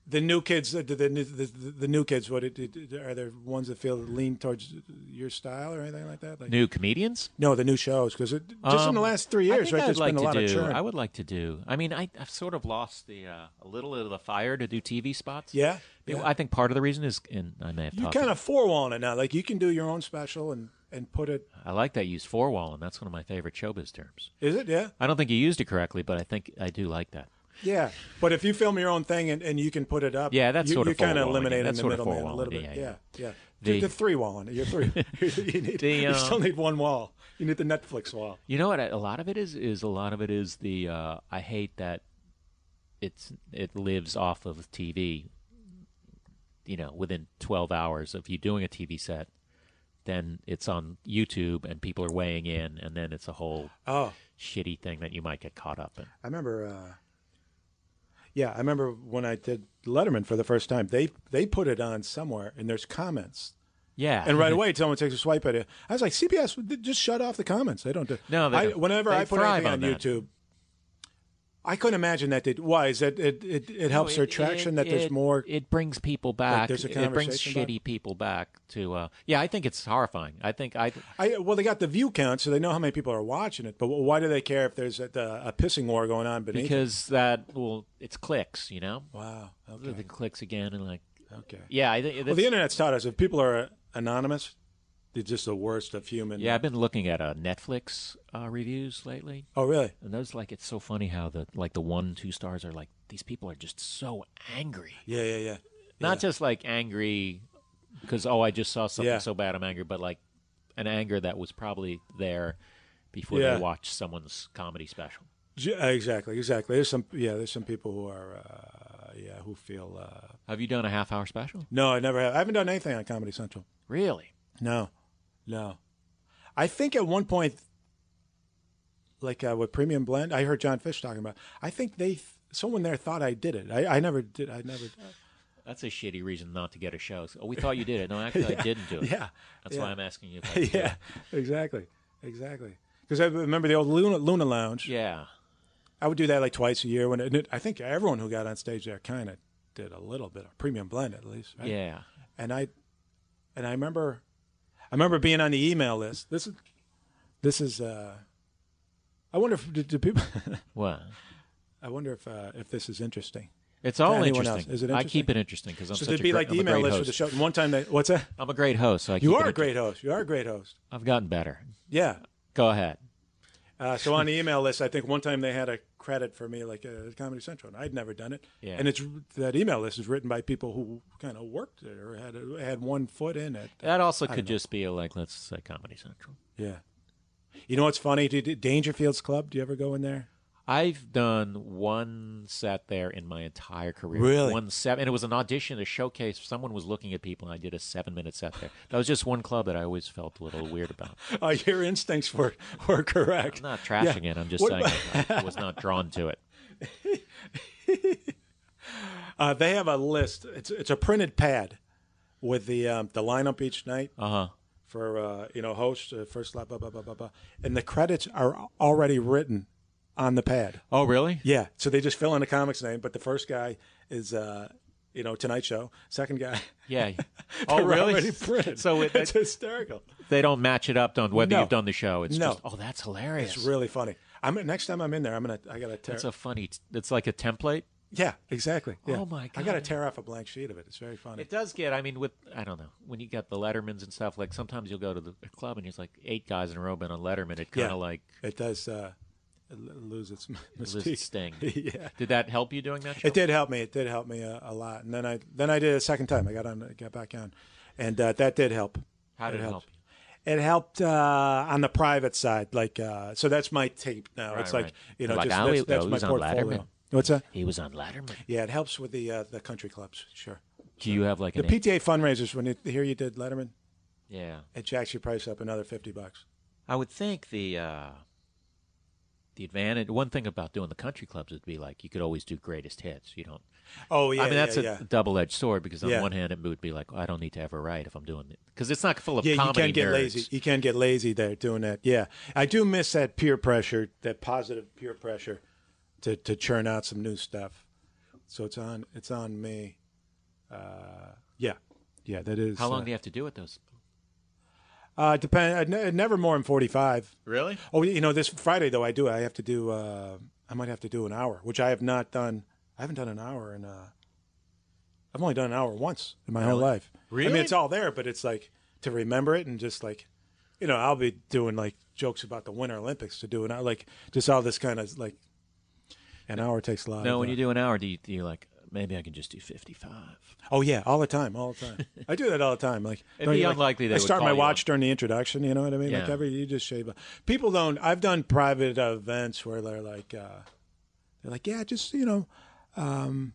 The new kids, uh, the the, the, the, the new kids. What it, did- are there ones that feel lean towards your style or anything like that? Like,
New comedians?
no, the new shows because just in the
Um,
last three
I
years,
think
right?
I'd
There's
like
been a
to
lot
do,
of churn.
I would like to do. I mean, I, I've sort of lost the uh, a little bit of the fire to do TV spots.
yeah.
You know,
yeah.
I think part of the reason is, and I may have
you
talked.
kind of four it now. Like you can do your own special and and put it.
I like that use four wall, and that's one of my favorite showbiz terms.
Is it? Yeah.
I don't think you used it correctly, but I think I do like that.
Yeah, but if you film your own thing and, and you can put it up,
Yeah, that's
you,
sort of
you're kind of
four-walling.
eliminating
That's
the
sort of
middleman a little
four-walling,
bit. Yeah,
yeah,
yeah.
The-
the three walling. You're three. you, need,
The,
you
uh,
still need one wall. You need the Netflix wall.
You know what? A lot of it is is a lot of it is the uh, I hate that it's it lives off of TV. You know, within twelve hours of you doing a TV set, then it's on YouTube and people are weighing in, and then it's a whole
Oh,
shitty thing that you might get caught up in.
I remember. Uh, yeah, I remember when I did Letterman for the first time. They they put it on somewhere, and there's comments.
Yeah,
And right away, someone takes a swipe at it. I was like, CBS, would- just shut off the comments. They don't do.
No, they
I,
don't.
whenever
They
I put
thrive
anything on,
on that.
YouTube, I couldn't imagine that. They, why is that? It it, it helps
No,
their
it-
traction.
it-
that there's
it-
more.
It brings people back.
there's a
it brings
conversation about
shitty people back to. Uh, yeah, I think it's horrifying. I think I.
I, well, they got the view count, so they know how many people are watching it. But why do they care if there's a, a, a pissing war going on beneath? it?
because that well, it's clicks, you know.
Wow.
The
Okay.
thing clicks again and like,
Okay.
yeah, I think.
Well,
that's-
the internet's taught us if people are anonymous, they're just the worst of human.
yeah, I've been looking at uh, Netflix uh, reviews lately,
Oh, really?
and those like it's so funny how the like the one two stars are like these people are just so angry,
Yeah, yeah, yeah.
not just like angry because oh I just saw something
Yeah.
so bad I'm angry, but like an anger that was probably there before
Yeah.
they watched someone's comedy special.
J- Exactly, exactly. There's some, yeah, there's some people who are, uh, yeah, who feel. Uh,
Have you done a half hour special?
no, I never have. I haven't done anything on Comedy Central.
Really?
No, no. I think at one point, like uh, with Premium Blend, I heard John Fish talking about. I think they, someone there thought I did it. I, I never did. I never.
That's a shitty reason not to get a show. So, oh, we thought you did it. No, actually, I didn't do it.
Yeah,
That's why I'm asking you. If I did
yeah, exactly, exactly. Because I remember the old Luna, Luna Lounge.
it. Yeah.
I would do that like twice a year. When it, and it- I think everyone who got on stage there kind of did a little bit of Premium Blend at least. Right?
Yeah.
and I and I remember I remember being on the email list. This is this is uh I wonder if do, do people
What?
I wonder if uh, if this is interesting.
It's all
anyone
interesting.
else. Is it
I keep it interesting because I'm
so
such
there'd
a
be
great,
like the
I'm a
email
great
list
host.
for the show. And one time they what's that?
I'm a great host. So I
You
keep
are
it
a great host. You are a great host.
I've gotten better.
Yeah.
Go ahead.
Uh, so on the email list, I think one time they had a credit for me, like uh, Comedy Central, and I'd never done it.
Yeah.
And it's that email list is written by people who kind of worked it or had uh, had one foot in it.
That also could just be a, like let's say Comedy Central.
Yeah. You know what's funny? Did- did Dangerfields Club. Do you ever go in there?
I've done one set there in my entire career.
Really?
One set, and it was an audition, a showcase. Someone was looking at people, and I did a seven-minute set there. That was just one club that I always felt a little weird about.
Uh, your instincts were were correct.
I'm not trashing
Yeah.
it. I'm just
What
saying
about-
I, I was not drawn to it.
uh, they have a list. It's it's a printed pad with the um, the lineup each night
Uh huh.
for uh, you know host uh, first slot blah blah blah blah blah, and the credits are already written on the pad.
Oh, really?
Yeah, so they just fill in a comic's name, but the first guy is uh, you know Tonight Show. Second guy.
Yeah. Oh,
they're
really?
Already printed.
So it,
it's hysterical.
they don't match it up on whether
No.
you've done the show. It's
No.
just oh, that's hilarious.
It's really funny. I'm next time I'm in there. I'm gonna I gotta tear.
That's a funny. It's like a template.
yeah, exactly. Yeah.
Oh, my
I gotta
God.
tear off a blank sheet of it. It's very funny.
It does get. I mean, with I don't know when you got the Lettermans and stuff. Like sometimes you'll go to the club and it's like eight guys in a row been on Letterman. It kind
Yeah.
of like
It does uh, l- lose its m-
loses
mystique.
its sting.
yeah,
Did that help you doing that show?
it did help me. It did help me a, a lot. And then I then I did it a second time. I got on, got back on, and uh, that did help.
How did it help
helped. it helped uh, on the private side. Like uh, so, that's my tape now. it's like
right.
you know,
Like,
just
I
that's,
will-
that's my
those on
portfolio.
Letterman.
What's that?
He was on Letterman.
Yeah, it helps with the uh, the country clubs. Sure.
Do you have like
The
an
PTA fundraisers when it, here you did Letterman,
yeah?
it jacks your price up another fifty bucks.
I would think the uh, the advantage. One thing about doing the country clubs would be like you could always do greatest hits. You don't.
Oh yeah,
I mean that's
yeah,
a
yeah.
double edged sword because on
Yeah.
one hand it would be like I don't need to ever write if I'm doing it because it's not full of
yeah, you
comedy
can get
nerds.
lazy. You can get lazy there doing that. Yeah, I do miss that peer pressure, that positive peer pressure, to to churn out some new stuff. So it's on it's on me. Uh, yeah, yeah, that is.
How
uh,
long do you have to do with those?
Uh, depend. uh, ne- Never more than forty five.
Really?
Oh, you know, this Friday though, I do. I have to do. Uh, I might have to do an hour, which I have not done. I haven't done an hour in. Uh, I've only done an hour once in my whole life. I mean,
Really?
it's all there, but it's like to remember it and just like, you know, I'll be doing like jokes about the Winter Olympics to do an hour, like just all this kind of like. An hour takes a lot.
No,
of,
when
uh,
you do an hour, do you, do you like maybe I can just do fifty five?
Oh yeah, all the time, all the time. I do that all the time. Like
It'd
don't
be
you, like,
unlikely they
I
would
start
call
my
you
watch
up.
during the introduction. You know what I mean? Like
Yeah.
every you just shave. a- People don't. I've done private events where they're like, uh, they're like, yeah, just you know, um,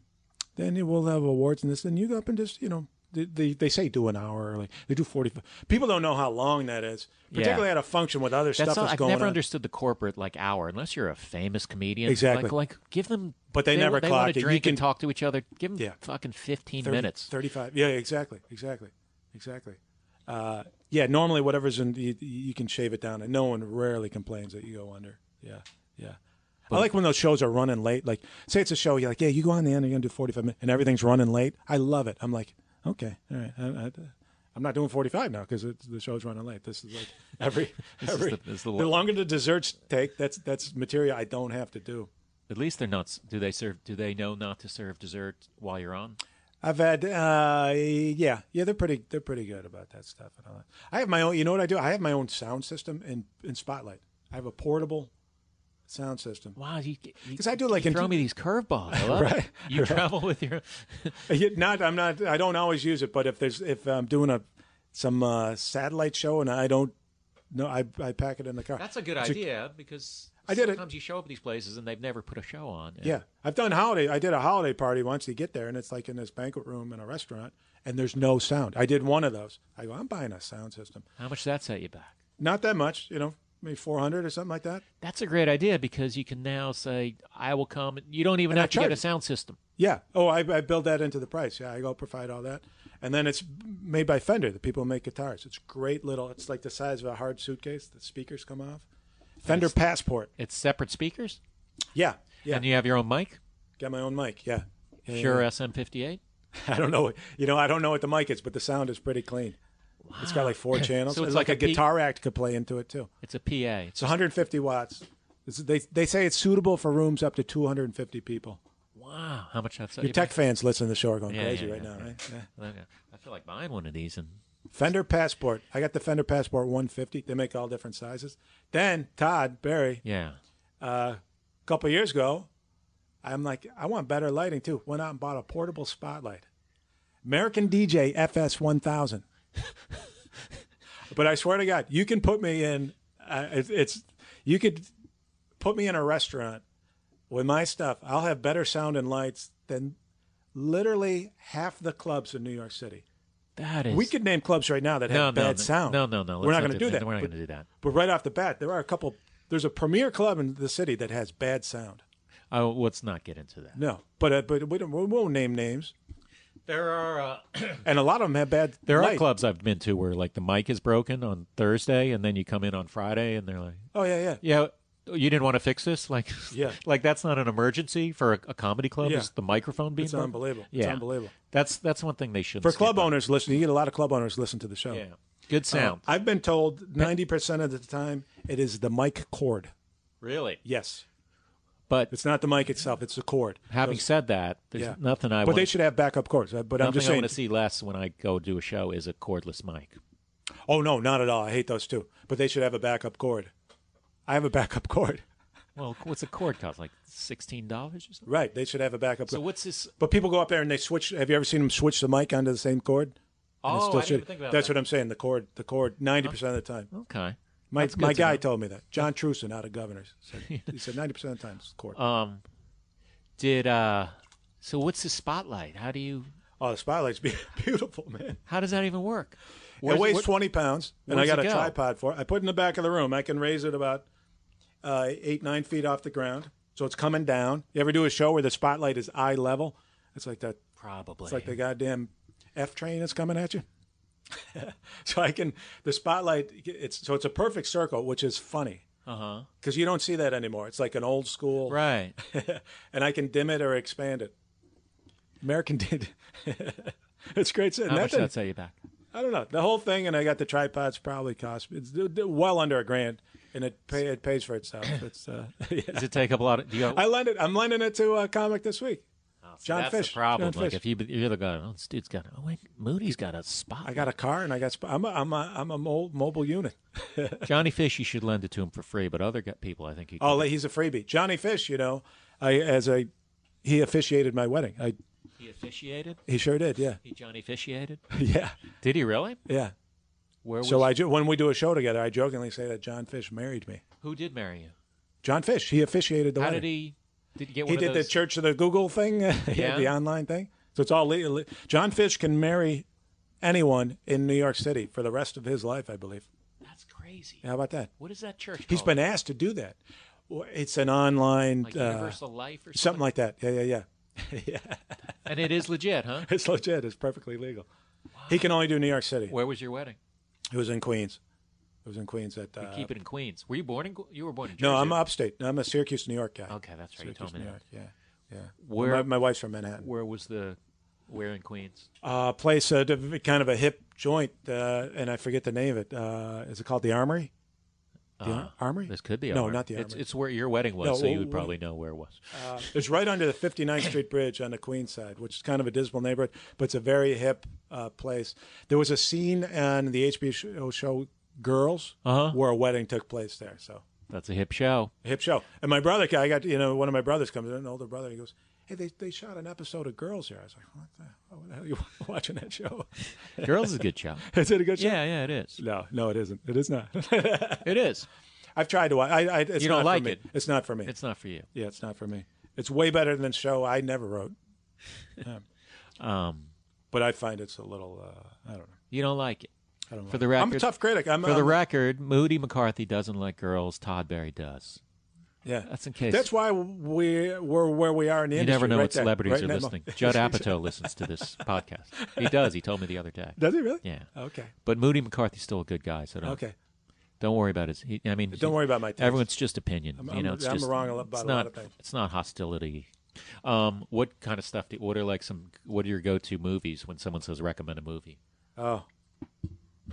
then you will have awards and this. Then you go up and just you know, they they, they say do an hour or like they do forty. People don't know how long that is, particularly at a function with other
That's
stuff
all,
that's
I've
going
never
on.
understood the corporate like hour unless you're a famous comedian.
Exactly.
Like, like give them.
But they never
they
clock
want
it.
to
You
drink
can-
and talk to each other. Give them
Yeah.
fucking fifteen
30
minutes.
35 yeah exactly exactly exactly uh, yeah normally whatever's in you, you can shave it down and no one rarely complains that you go under yeah yeah I like when those shows are running late. Like, say it's a show, you're like, yeah, you go on the end, you're going to do 45 minutes, and everything's running late. I love it. I'm like, okay, all right. I, I, I'm not doing 45 now because the show's running late. This is like every,
is
every
the- this is the-
the longer the desserts take, that's that's material I don't have to do.
At least they're not. Do they serve? Do they know not to serve dessert while you're on?
I've had, uh, yeah, yeah, they're pretty, they're pretty good about that stuff and all that. I have my own, you know what I do? I have my own sound system in in Spotlight. I have a portable sound system.
Wow, you, you,
'Cause I do like
you
in-
throw me these curveballs. I love
Right,
it. You travel with your.
Yeah, Not, I'm not, I don't always use it, but if there's, if I'm doing a some uh, satellite show and I don't, no, I I pack it in the car.
That's a good
It's
idea because
I did it.
sometimes you show up at these places and they've never put a show on. and-
Yeah. I've done holiday. I did a holiday party once. You get there and it's like in this banquet room in a restaurant, and there's no sound. I did one of those. I go, I'm buying a sound system.
How much does that set you back?
Not that much, you know, maybe 400 or something like that.
That's a great idea because you can now say, "I will come." You don't even
And I
have to get
charge
a
it.
sound system.
Yeah. Oh, I, I build that into the price. Yeah, I go provide all that, and then it's made by Fender, the people who make guitars. It's great little. It's like the size of a hard suitcase. The speakers come off. Fender Passport.
It's separate speakers,
Yeah. Yeah.
and you have your own mic.
Got my own mic. Yeah. Yeah, yeah,
Sure,
yeah.
SM58.
I don't know. You know, I don't know what the mic is, but the sound is pretty clean. It's got like four channels.
Ah. So it's
it's
like
like,
a
a
P-
guitar act could play into it too.
It's a PA.
It's 150 watts. It's, they they say it's suitable for rooms up to 250 people.
Wow, how much I've set
Your
you
tech
back?
fans listening to the show are going
Yeah,
crazy
yeah,
right
yeah,
now,
yeah.
right? Yeah.
Okay. I feel like buying one of these and
Fender Passport. I got the Fender Passport 150. They make all different sizes. Then Todd Barry,
yeah.
a couple years ago, I'm like, I want better lighting too. Went out and bought a portable spotlight, American DJ FS 1000. but I swear to God, you can put me in. Uh, it's, it's you could put me in a restaurant with my stuff. I'll have better sound and lights than literally half the clubs in New York City.
That is
We could name clubs right now that
no, no,
have bad
no,
sound.
No, no, no.
We're
let's
not going to do that.
We're not
But-
going to do that.
But right off the bat, there are a couple. There's a premier club in the city that has bad sound.
Oh, let's not get into that.
No, but uh, but we, don't, we won't name names.
There are uh,
And a lot of them have bad.
there are
light.
clubs I've been to where like the mic is broken on Thursday, and then you come in on Friday, and they're like,
Oh yeah, yeah.
"Yeah, you didn't want to fix this." Like,
Yeah.
like that's not an emergency for a, a comedy club.
Yeah.
Is the microphone being?
It's
broken?
unbelievable.
Yeah,
It's unbelievable.
That's that's one thing they should
For club Uh-huh. owners listening, you get a lot of club owners listen to the show. Uh,
Yeah, good sound.
I've been told ninety percent of the time it is the mic cord.
really,
Yes,
but
it's not the mic itself; it's the cord.
having
Those-
said that, there's
yeah.
nothing I
but
want.
they should have backup cords. Uh, But I'm
nothing
just
I
saying.
want to see less when I go do a show is a cordless mic.
Oh no, not at all. I hate those too. But they should have a backup cord. I have a backup cord.
Well, what's a cord cost? Like sixteen dollars or something.
Right. They should have a backup.
So
cord.
what's this?
But people go up there and they switch. Have you ever seen them switch the mic onto the same cord? and it
Oh,
still
I didn't
should-
even think about
That's
that.
what I'm saying. The chord, the chord, ninety percent of the time.
Okay.
My
That's good
my
to
guy
know.
told me that. John Truson out of Governors. Said, he said ninety percent of the time it's the chord.
Um, did uh, so? What's the spotlight? How do you?
oh, the spotlight's be- beautiful, man.
How does that even work?
it
Where's-
weighs
what-
20 pounds, and I
where's
got
it
a
go?
tripod for it. I put it in the back of the room. I can raise it about uh, eight, nine feet off the ground. So it's coming down. You ever do a show where the spotlight is eye level? It's like that.
Probably.
It's like the goddamn F train that's coming at you. so I can the spotlight. It's so it's a perfect circle, which is funny
uh huh.
because you don't see that anymore. It's like an old school,
Right.
and I can dim it or expand it. American did. it's great.
How much
Nothing-
did that set you back?
I don't know the whole thing, and I got the tripods. Probably cost it's d- d- well under a grand, and it pay, it pays for itself. It's uh, yeah.
Does it take up a lot of? Do you?
I lend it. I'm lending it to a comic this week. John
Oh, that's
Fish.
The problem.
John
like
Fish.
if you if you're the guy, oh, this dude's got. Oh wait, Moody's got a spot.
I got a car, and I got. Sp- I'm a, I'm a, I'm a mo- mobile unit.
Johnny Fish. You should lend it to him for free, but other gu- people, I think you. Can.
Oh, he's a freebie. Johnny Fish. You know, I as I he officiated my wedding. I
he officiated.
he sure did. Yeah,
He Johnny officiated.
yeah,
Did he really?
yeah.
Where was?
So I jo- when we do a show together, I jokingly say that John Fish married me.
who did marry you?
John Fish. He officiated the
How
wedding.
did he? Did he get
he
one
did
of
the
those?
church of the Google thing, yeah. the
Yeah.
online thing. So it's all le- le- John Fish can marry anyone in New York City for the rest of his life, I believe.
That's crazy.
How about that?
What is that church?
He's
called?
been asked to do that. Well, It's an online
Oh. like
uh,
Universal Life or
something
something.
like that. Yeah, yeah, yeah.
and it is legit, huh?
It's legit. It's perfectly legal. He can only do New York City.
Where was your wedding?
It was in Queens. It was in Queens at. Uh,
Keep it in Queens. Were you born in? Que- You were born in. Jersey.
no, I'm upstate. No, I'm a Syracuse, New York guy.
Okay, that's right. You
Syracuse,
told me
New
that.
York. Yeah, yeah.
Where-
my, my wife's from Manhattan.
Where was the? Where in Queens?
uh, place a div- kind of a hip joint, uh, and I forget the name of it. Uh, is it called the Armory? The Ar- Armory?
Uh, This could be.
no,
Armory.
not the
It's,
Armory. It's,
it's where your wedding was,
No,
so
well,
you would
we-
probably know where it was.
right under the 59th Street Bridge on the Queens side, which is kind of a dismal neighborhood, but it's a very hip uh, place. There was a scene on the HBO show, oh, show Girls
Uh-huh.
where a wedding took place there. So
That's a hip show.
hip show. And my brother, I got you know one of my brothers comes in, an older brother, and he goes. Hey, they, they shot an episode of Girls here. I was like, what the, what the hell are you watching that show?
Girls is a good show.
is it a good show?
Yeah, yeah, it is.
No, no, it isn't. It is not.
It is.
I've tried to watch. I, I, it's
You don't
not
like
for me.
it.
It's not for me.
It's not for you.
yeah, it's not for me. It's way better than show I never wrote,
Um,
but I find it's a little. Uh, I don't know.
you don't like it.
I don't know.
For the
I'm a
record,
tough critic. I'm
for the
I'm-
record, Moody McCarthy doesn't like girls. Todd Berry does.
Yeah,
That's in case-
That's why we we're where we are in the
You
industry.
never know
right
what
there,
celebrities
right
are
in that
listening.
moment.
Judd Apatow listens to this podcast. He does. He told me the other day.
Does he really?
Yeah.
Okay.
But Moody McCarthy's still a good guy, so don't,
Okay.
don't worry about his. He, I mean,
Don't worry about my taste.
Everyone's just opinion.
I'm-
you know,
I'm-
it's
I'm
just,
wrong a lot-
it's
about a
not,
lot of things.
It's not hostility. Um, what kind of stuff? Do, what are like some? What are your go-to movies when someone says recommend a movie?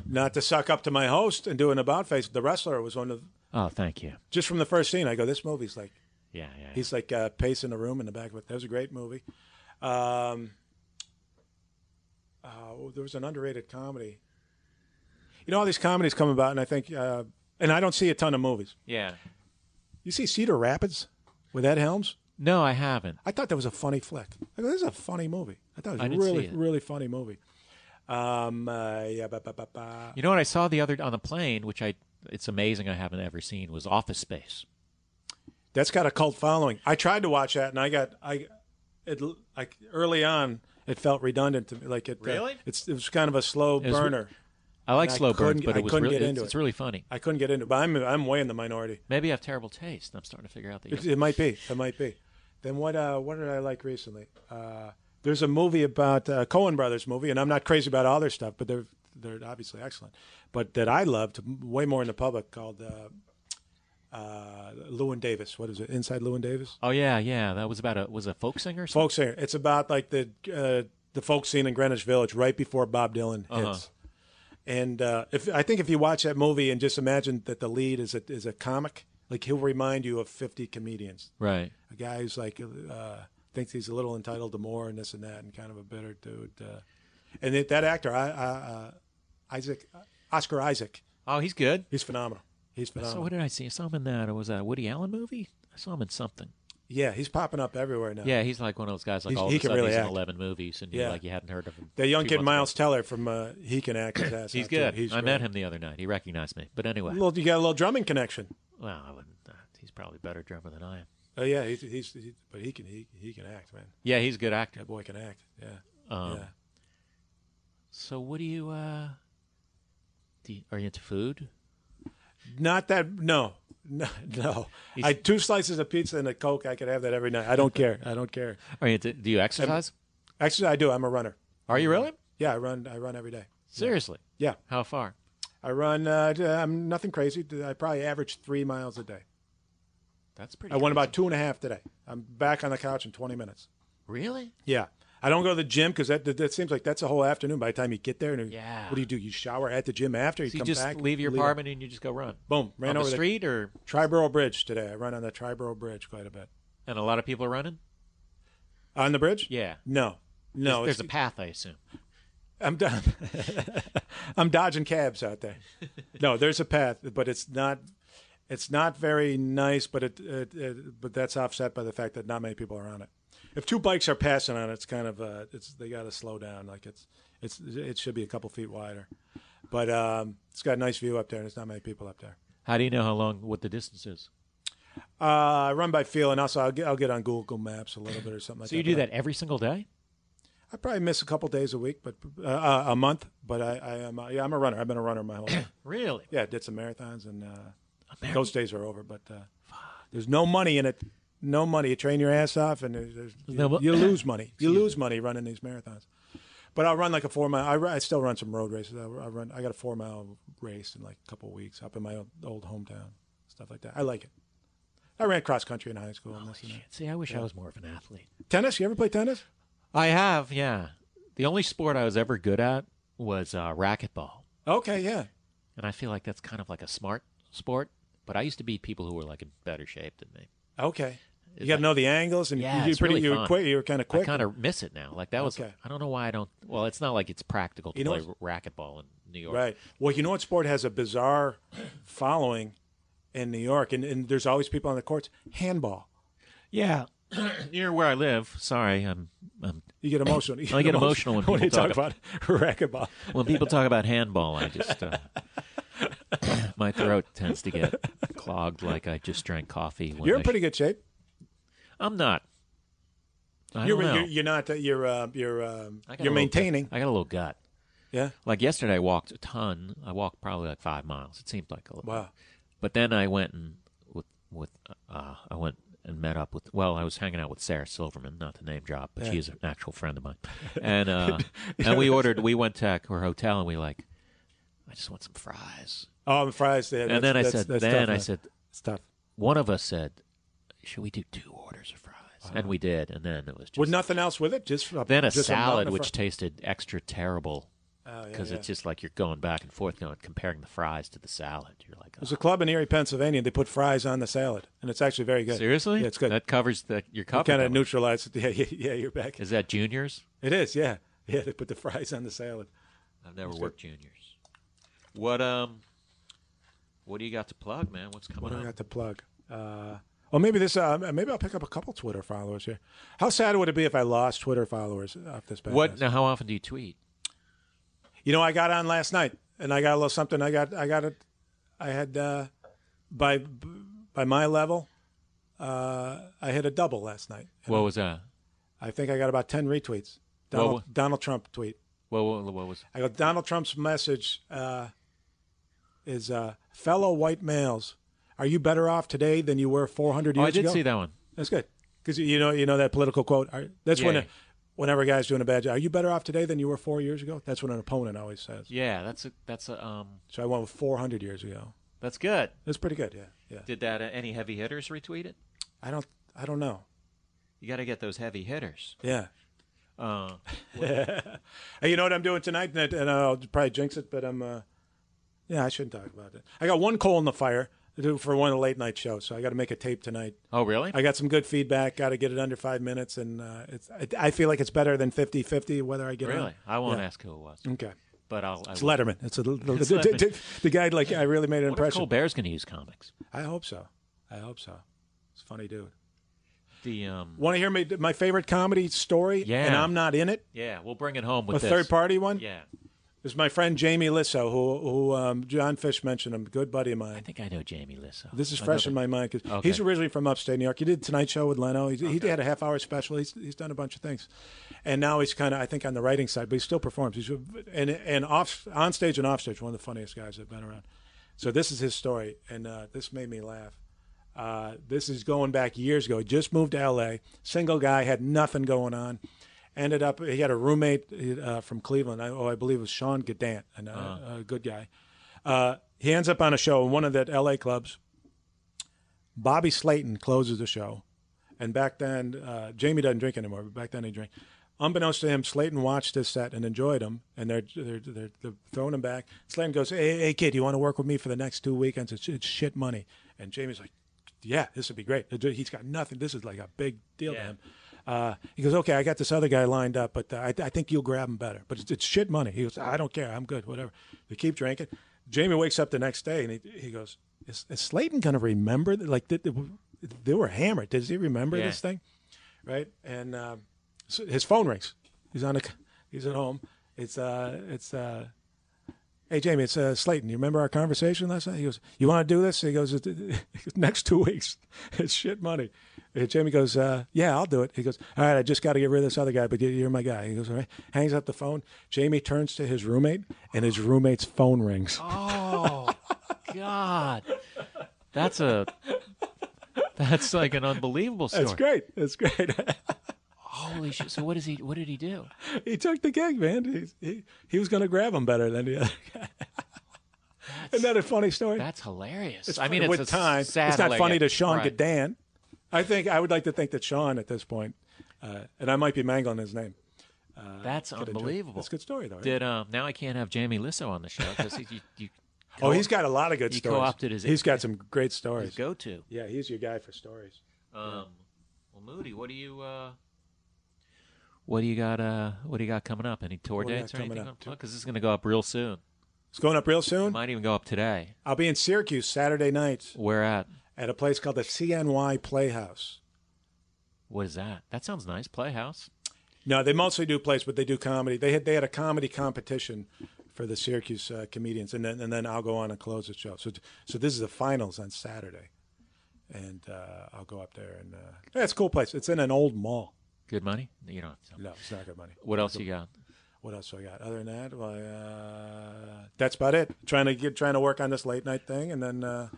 Not to suck up to my host and do an about face. The wrestler was one of
Oh, thank you.
just from the first scene. I go, this movie's like
Yeah, yeah.
He's like uh, pacing the room in the back of it. That was a great movie. Um, uh, oh, there was an underrated comedy. You know, all these comedies come about, and I think, uh, and I don't see a ton of movies.
yeah.
You see Cedar Rapids with Ed Helms?
No, I haven't.
I thought that was a funny flick. I go, this is a funny movie. I thought
I
it was
didn't
a really,
see it.
really funny movie. Um, uh, yeah, ba, ba, ba, ba.
You know what I saw the other on the plane, which I it's amazing I haven't ever seen was Office Space.
That's got a cult following. I tried to watch that, and I got I, it like early on, it felt redundant to me. Like it uh,
Really?
it's it was kind of a slow
was-
burner.
I like
And I
slow burns,
couldn't-
but
I
it was
couldn't
really
get
it's,
into
it's
it.
really funny.
I couldn't get into, it, but I'm I'm way in the minority.
Maybe I have terrible taste. and I'm starting to figure out that.
It,
You,
it might be. It might be. Then what? Uh, what did I like recently? Uh, there's a movie about uh, Cohen Brothers movie, and I'm not crazy about all their stuff, but they're they're obviously excellent. But that I loved way more in the public called uh, uh, Lou and Davis. What is it? Inside Lou and Davis.
oh yeah, yeah. That was about a was a folk singer. Or something?
folk singer. It's about like the uh, the folk scene in Greenwich Village right before Bob Dylan hits.
Uh-huh.
And uh, if I think if you watch that movie and just imagine that the lead is a is a comic, like he'll remind you of fifty comedians.
Right.
A guy who's like uh, thinks he's a little entitled to more and this and that, and kind of a bitter dude. Uh, and it, that actor, I, I, uh, Isaac uh, Oscar Isaac,
Oh, he's good.
he's phenomenal. He's
So
phenomenal.
what did I see? I saw him in that. It was that a Woody Allen movie. I saw him in something.
Yeah, he's popping up everywhere now.
Yeah, he's like one of those guys. Like
He's-
all
he
of a
can
sudden,
really
he's in
act.
eleven movies, and
Yeah.
you're like you hadn't heard of him.
The young
two
kid Miles
months
Teller from uh, he can act his ass.
ago. He's
out, too.
good. I met
great.
him the other night. He recognized me. But anyway,
Little, you got a little drumming connection.
well, I wouldn't. Uh, he's probably a better drummer than I am.
Oh yeah, he's, he's he, but he can he, he can act, man.
Yeah, he's a good actor.
That boy can act. Yeah,
Um,
yeah.
So what do you? uh do you, Are you into food?
Not that no no no. I two slices of pizza and a coke. I could have that every night. I don't care. I don't care.
Are you into, do you exercise?
Actually, I do. I'm a runner.
Are you really?
Um, Yeah, I run. I run every day.
Seriously?
Yeah,
How far?
I run. Uh, I'm nothing crazy. I probably average three miles a day.
That's pretty.
I went
crazy.
about two and a half today. I'm back on the couch in 20 minutes.
Really?
Yeah. I don't go to the gym because that, that, that seems like that's a whole afternoon. By the time you get there, and
Yeah.
what do you do? You shower at the gym after you
So you
come
just
back.
leave your apartment and you just go run.
Boom, ran
on
over
the
the-
street, or
Triborough Bridge today. I run on the Triborough Bridge quite a bit.
and a lot of people are running.
On the bridge?
Yeah.
No, no.
there's, there's
It's,
a path, I assume.
I'm done. I'm dodging cabs out there. No, there's a path, but it's not. It's not very nice, but it, it, it but that's offset by the fact that not many people are on it. If two bikes are passing on it, it's kind of uh, it's they got to slow down. Like it's it's it should be a couple feet wider, but um, it's got a nice view up there, and there's not many people up there.
How do you know how long what the distance is?
Uh, I run by feel, and also I'll get I'll get on Google Maps a little bit or something like
So
that.
you do
but I-
that every single day?
I probably miss a couple days a week, but uh, uh, a month. But I, I am uh, yeah, I'm a runner. I've been a runner my whole life.
Really?
yeah, did some marathons, and uh, those days are over. But uh, there's no money in it. No money. You train your ass off, and there's, there's, you,
No mo-
you lose money. You lose money running these marathons. But I'll run like a four mile. I, ru- I still run some road races. I, I run. I got a four mile race in like a couple of weeks up in my old, old hometown, stuff like that. I like it. I ran cross country in high school. And this and that.
Shit, See, I wish I was more of an athlete.
Tennis? You ever play tennis?
I have, yeah. The only sport I was ever good at was uh, racquetball,
Okay, yeah.
and I feel like that's kind of like a smart sport. But I used to beat people who were like in better shape than me.
Okay. You
It's
got to
like-
know the angles, and
Yeah,
you
it's
pretty,
really
you
fun.
were quick. You were kind of
I
quick.
kind of miss it now. Like that was
Okay.
I don't know why I don't. Well, it's not like it's practical to
You know
play
what's-
racquetball in New York.
Right. Well, you know what sport has a bizarre following in New York, and, and there's always people on the courts. Handball.
Yeah. Near where I live. Sorry, I'm, I'm
You get emotional. You
I get emotional when
you
people
talk
talk
about racquetball.
When people talk about handball, I just uh, my throat tends to get clogged, like I just drank coffee. When
You're
I
in pretty good shape.
sh- I'm not. I
You're,
don't know.
you're you're not uh, you're uh, you're um,
I got a little
you're
gut-
maintaining.
I got a little gut.
Yeah.
Like yesterday, I walked a ton. I walked probably like five miles. It seemed like a little.
Wow.
But then I went and with with uh, I went and met up with. Well, I was hanging out with Sarah Silverman, not the name drop, but she is an actual friend of mine. And uh, and we ordered. We went to her hotel and we like. I just want some fries.
Oh, and fries. Yeah, that's-
and then I
that's-
said.
that's
then
tough,
I
man.
said.
it's tough.
One of us said, "Should we do two orders of fries?" And we did. And then it was just
With nothing else with it, just a,
then a
Uh-huh. just mountain
salad
of
which
fri-
tasted extra terrible
Oh, yeah,
because
yeah.
it's just like you're going back and forth going comparing the fries to the salad you're like "Oh."
There's a club in Erie, Pennsylvania. They put fries on the salad, and it's actually very
"Oh,
good.
seriously
Yeah, it's good.
that covers the your cup
kind of neutralized. Yeah, yeah, yeah. You're back.
is that juniors
It is. Yeah, yeah. They put the fries on the salad.
i've never worked juniors what um what do you got to plug man what's coming
What do I
up
got to plug? Uh, oh, maybe this. Uh, maybe I'll pick up a couple Twitter followers here. How sad would it be if I lost Twitter followers off this? Podcast?
what now how often do you tweet
You know, I got on last night, and I got a little something. I got. I got it. I had uh, by by my level. Uh, I hit a double last night.
what was that
I think I got about ten retweets. Donald,
wha-
Donald Trump tweet.
what, what, what was
I go, Donald Trump's message uh, is uh, fellow white males, are you better off today than you were 400
oh
years
i did
ago?
see that one
That's good. Because you know, you know that political quote. Are, that's when,
Yeah.
whenever a guy's doing a bad job, are you better off today than you were four years ago? That's what an opponent always says.
yeah that's a that's a um
So I went with 400 years ago.
that's good
That's pretty good. Yeah, yeah.
did that uh, any heavy hitters retweet it
I don't, I don't know.
you got to get those heavy hitters
Yeah.
uh
Hey, you know what I'm doing tonight, and, I, and I'll probably jinx it, but I'm. Uh, yeah, I shouldn't talk about it. I got one coal in the fire to do for one of the late night shows, so I got to make a tape tonight.
oh really
I got some good feedback. Got to get it under five minutes, and uh, it's. I, I feel like it's better than 50-50 whether I get it.
Really? I won't
Yeah.
ask who it was,
Okay,
but I'll. I
it's
will.
Letterman. It's, a, the, the,
It's
the-
Letterman.
the- the guy. Like I really made
What if
an impression.
Colbert's going to use comics?
I hope so. I hope so. It's a funny dude.
The um,
Want to hear my, my favorite comedy story?
Yeah.
And I'm not in it.
yeah, we'll bring it home
A
with this.
third party one
Yeah,
is my friend Jamie Lisso, who who um, John Fish mentioned him, good buddy of mine.
I think I know Jamie Lisso.
This is
I know
fresh
the-
in my mind because
Okay.
he's originally from upstate New York. He did Tonight Show with Leno. He's, He had a half hour special. He's, he's done a bunch of things, and now he's kind of I think on the writing side, but he still performs. He's a- and and off on stage and off stage, one of the funniest guys I've been around. So this is his story, and uh, this made me laugh. Uh, this is going back years ago. He just moved to L.A. Single guy, had nothing going on. Ended up, he had a roommate uh, from Cleveland. I, oh, I believe it was Sean Gadant, and, uh,
Uh-huh.
a good guy. Uh, he ends up on a show in one of the L.A. clubs. Bobby Slayton closes the show, and back then uh, Jamie doesn't drink anymore, but back then he drank. Unbeknownst to him, Slayton watched this set and enjoyed him, and they're they're, they're, they're throwing him back. Slayton goes, "Hey, hey, kid, you want to work with me for the next two weekends? It's, it's shit money." And Jamie's like, "Yeah, this would be great. He's got nothing. This is like a big deal to
Yeah.
him." Uh, he goes, "Okay, I got this other guy lined up, but uh, I, I think you'll grab him better. But it's, it's shit money." He goes, "I don't care. I'm good. Whatever." They keep drinking. Jamie wakes up the next day and he, he goes, "Is, is Slayton going to remember? that? Like did, they were hammered. Does he remember
Yeah.
this thing?" Right? And uh, so his phone rings. He's on a. c- He's at home. It's uh. It's uh. Hey Jamie, it's uh, Slayton. You remember our conversation last night? He goes, "You want to do this?" He goes, "It- it- it- "Next two weeks, it's shit money." And Jamie goes, uh, "Yeah, I'll do it." He goes, "All right, I just got to get rid of this other guy, but you- you're my guy." He goes, "All right." Hangs up the phone. Jamie turns to his roommate, and his roommate's phone rings.
Oh God, that's a that's like an unbelievable story.
That's great. That's great.
Holy shit! So what does he? What did he do?
he took the gig, man. He he, he was going to grab him better than the other guy. Isn't that a funny story?
That's hilarious. I mean, it's
with
a
time,
sad
it's not
leg-
funny to Sean
right.
Gadan. I think I would like to think that Sean at this point, uh, and I might be mangling his name.
That's unbelievable.
That's a good story though. right?
Did um now I can't have Jamie Lisso on the show because he you, you
oh, he's got a lot of good
he
stories.
co-opted his-
he's got some great stories.
go to.
Yeah, he's your guy for stories.
Um, well, Moody, what do you uh, what do you got? Uh, what do you got coming up? Any tour
What do I
dates or
got coming
anything?
up?
Because this is going to go up real soon.
It's going up real
It
soon.
might even go up today.
I'll be in Syracuse Saturday night
Where at?
at a place called the CNY Playhouse.
What is that? That sounds nice. Playhouse.
No, they mostly do plays, but they do comedy. They had they had a comedy competition for the Syracuse uh, comedians, and then and then I'll go on and close the show. So so this is the finals on Saturday, and uh, I'll go up there and uh, yeah, it's a cool place. It's in an old mall.
Good money. You don't have to tell me.
No, it's not good money.
What else you got?
What else do I got? Other than that, well, uh, that's about it. Trying to get trying to work on this late night thing, and then uh,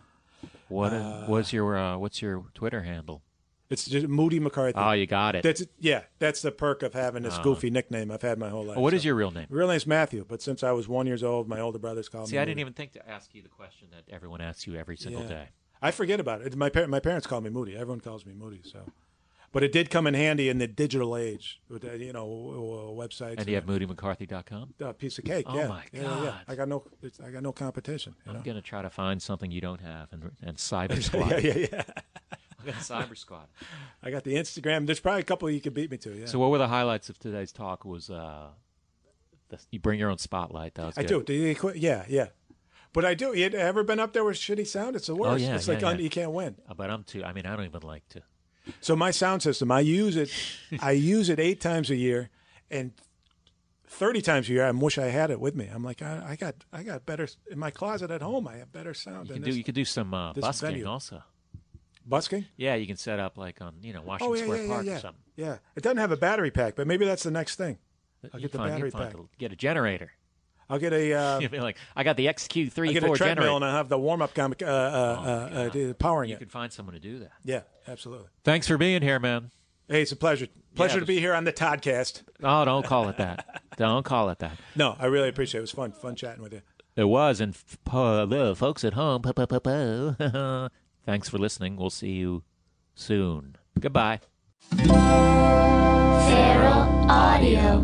What is, what's your uh, what's your Twitter handle?
it's just Moody McCarthy.
Oh, you got it.
that's yeah, that's the perk of having this goofy nickname I've had my whole life.
Oh, Ah. what
so.
is your real name?
real name's Matthew? But since I was one years old, my older brothers called
See,
me.
I
Moody.
didn't even think to ask you the question that everyone asks you every single
Yeah.
day.
I forget about it. My par- my parents call me Moody. Everyone calls me Moody. So, but it did come in handy in the digital age with the, you know w- w- websites.
And you have moodymccarthy.com.
a piece of cake.
Oh
yeah.
my
Yeah, yeah, yeah.
God.
I got no it's, I got no competition. You know?
I'm gonna try to find something you don't have and and cyber squad.
Yeah, yeah, yeah.
I'm gonna cyber squad.
I got the Instagram. There's probably a couple you could beat me to. Yeah.
So, what were the highlights of today's talk? Was uh, the, you bring your own spotlight? That was
I
good.
do. Did he quit? Yeah, yeah. But I do. You had ever been up there with shitty sound? It's the worst.
Oh, yeah,
it's
yeah,
like
yeah.
un- you can't win.
Uh, But I'm too. I mean, I don't even like to.
So my sound system, I use it, I use it eight times a year, and thirty times a year. I wish I had it with me. I'm like, I, I got, I got better in my closet at home. I have better sound
You
than
can do.
this.
You could do some uh,
this
busking
venue.
also.
busking.
Yeah, you can set up like on you know Washington
Oh yeah,
Square
yeah, yeah,
Park
yeah.
or something.
Yeah, it doesn't have a battery pack, but maybe that's the next thing. I'll
You
get the
find- you
battery
find
pack.
a- get a generator.
I'll get a, uh,
You'll be like, I got the
I'll
XQ34
get a treadmill,
generator.
and I'll have the warm up comic, uh, uh, uh, uh, powering
Oh, you
it.
can find someone to do that.
Yeah, absolutely.
Thanks for being here, man.
Hey, it's a pleasure. Pleasure to
but-
be here on the Toddcast.
Oh, don't call it that. don't call it that.
No, I really appreciate it. It was fun, fun chatting with you.
It was, and f- po- the folks at home, po- po- po- po. thanks for listening. We'll see you soon. Goodbye.
Feral Audio.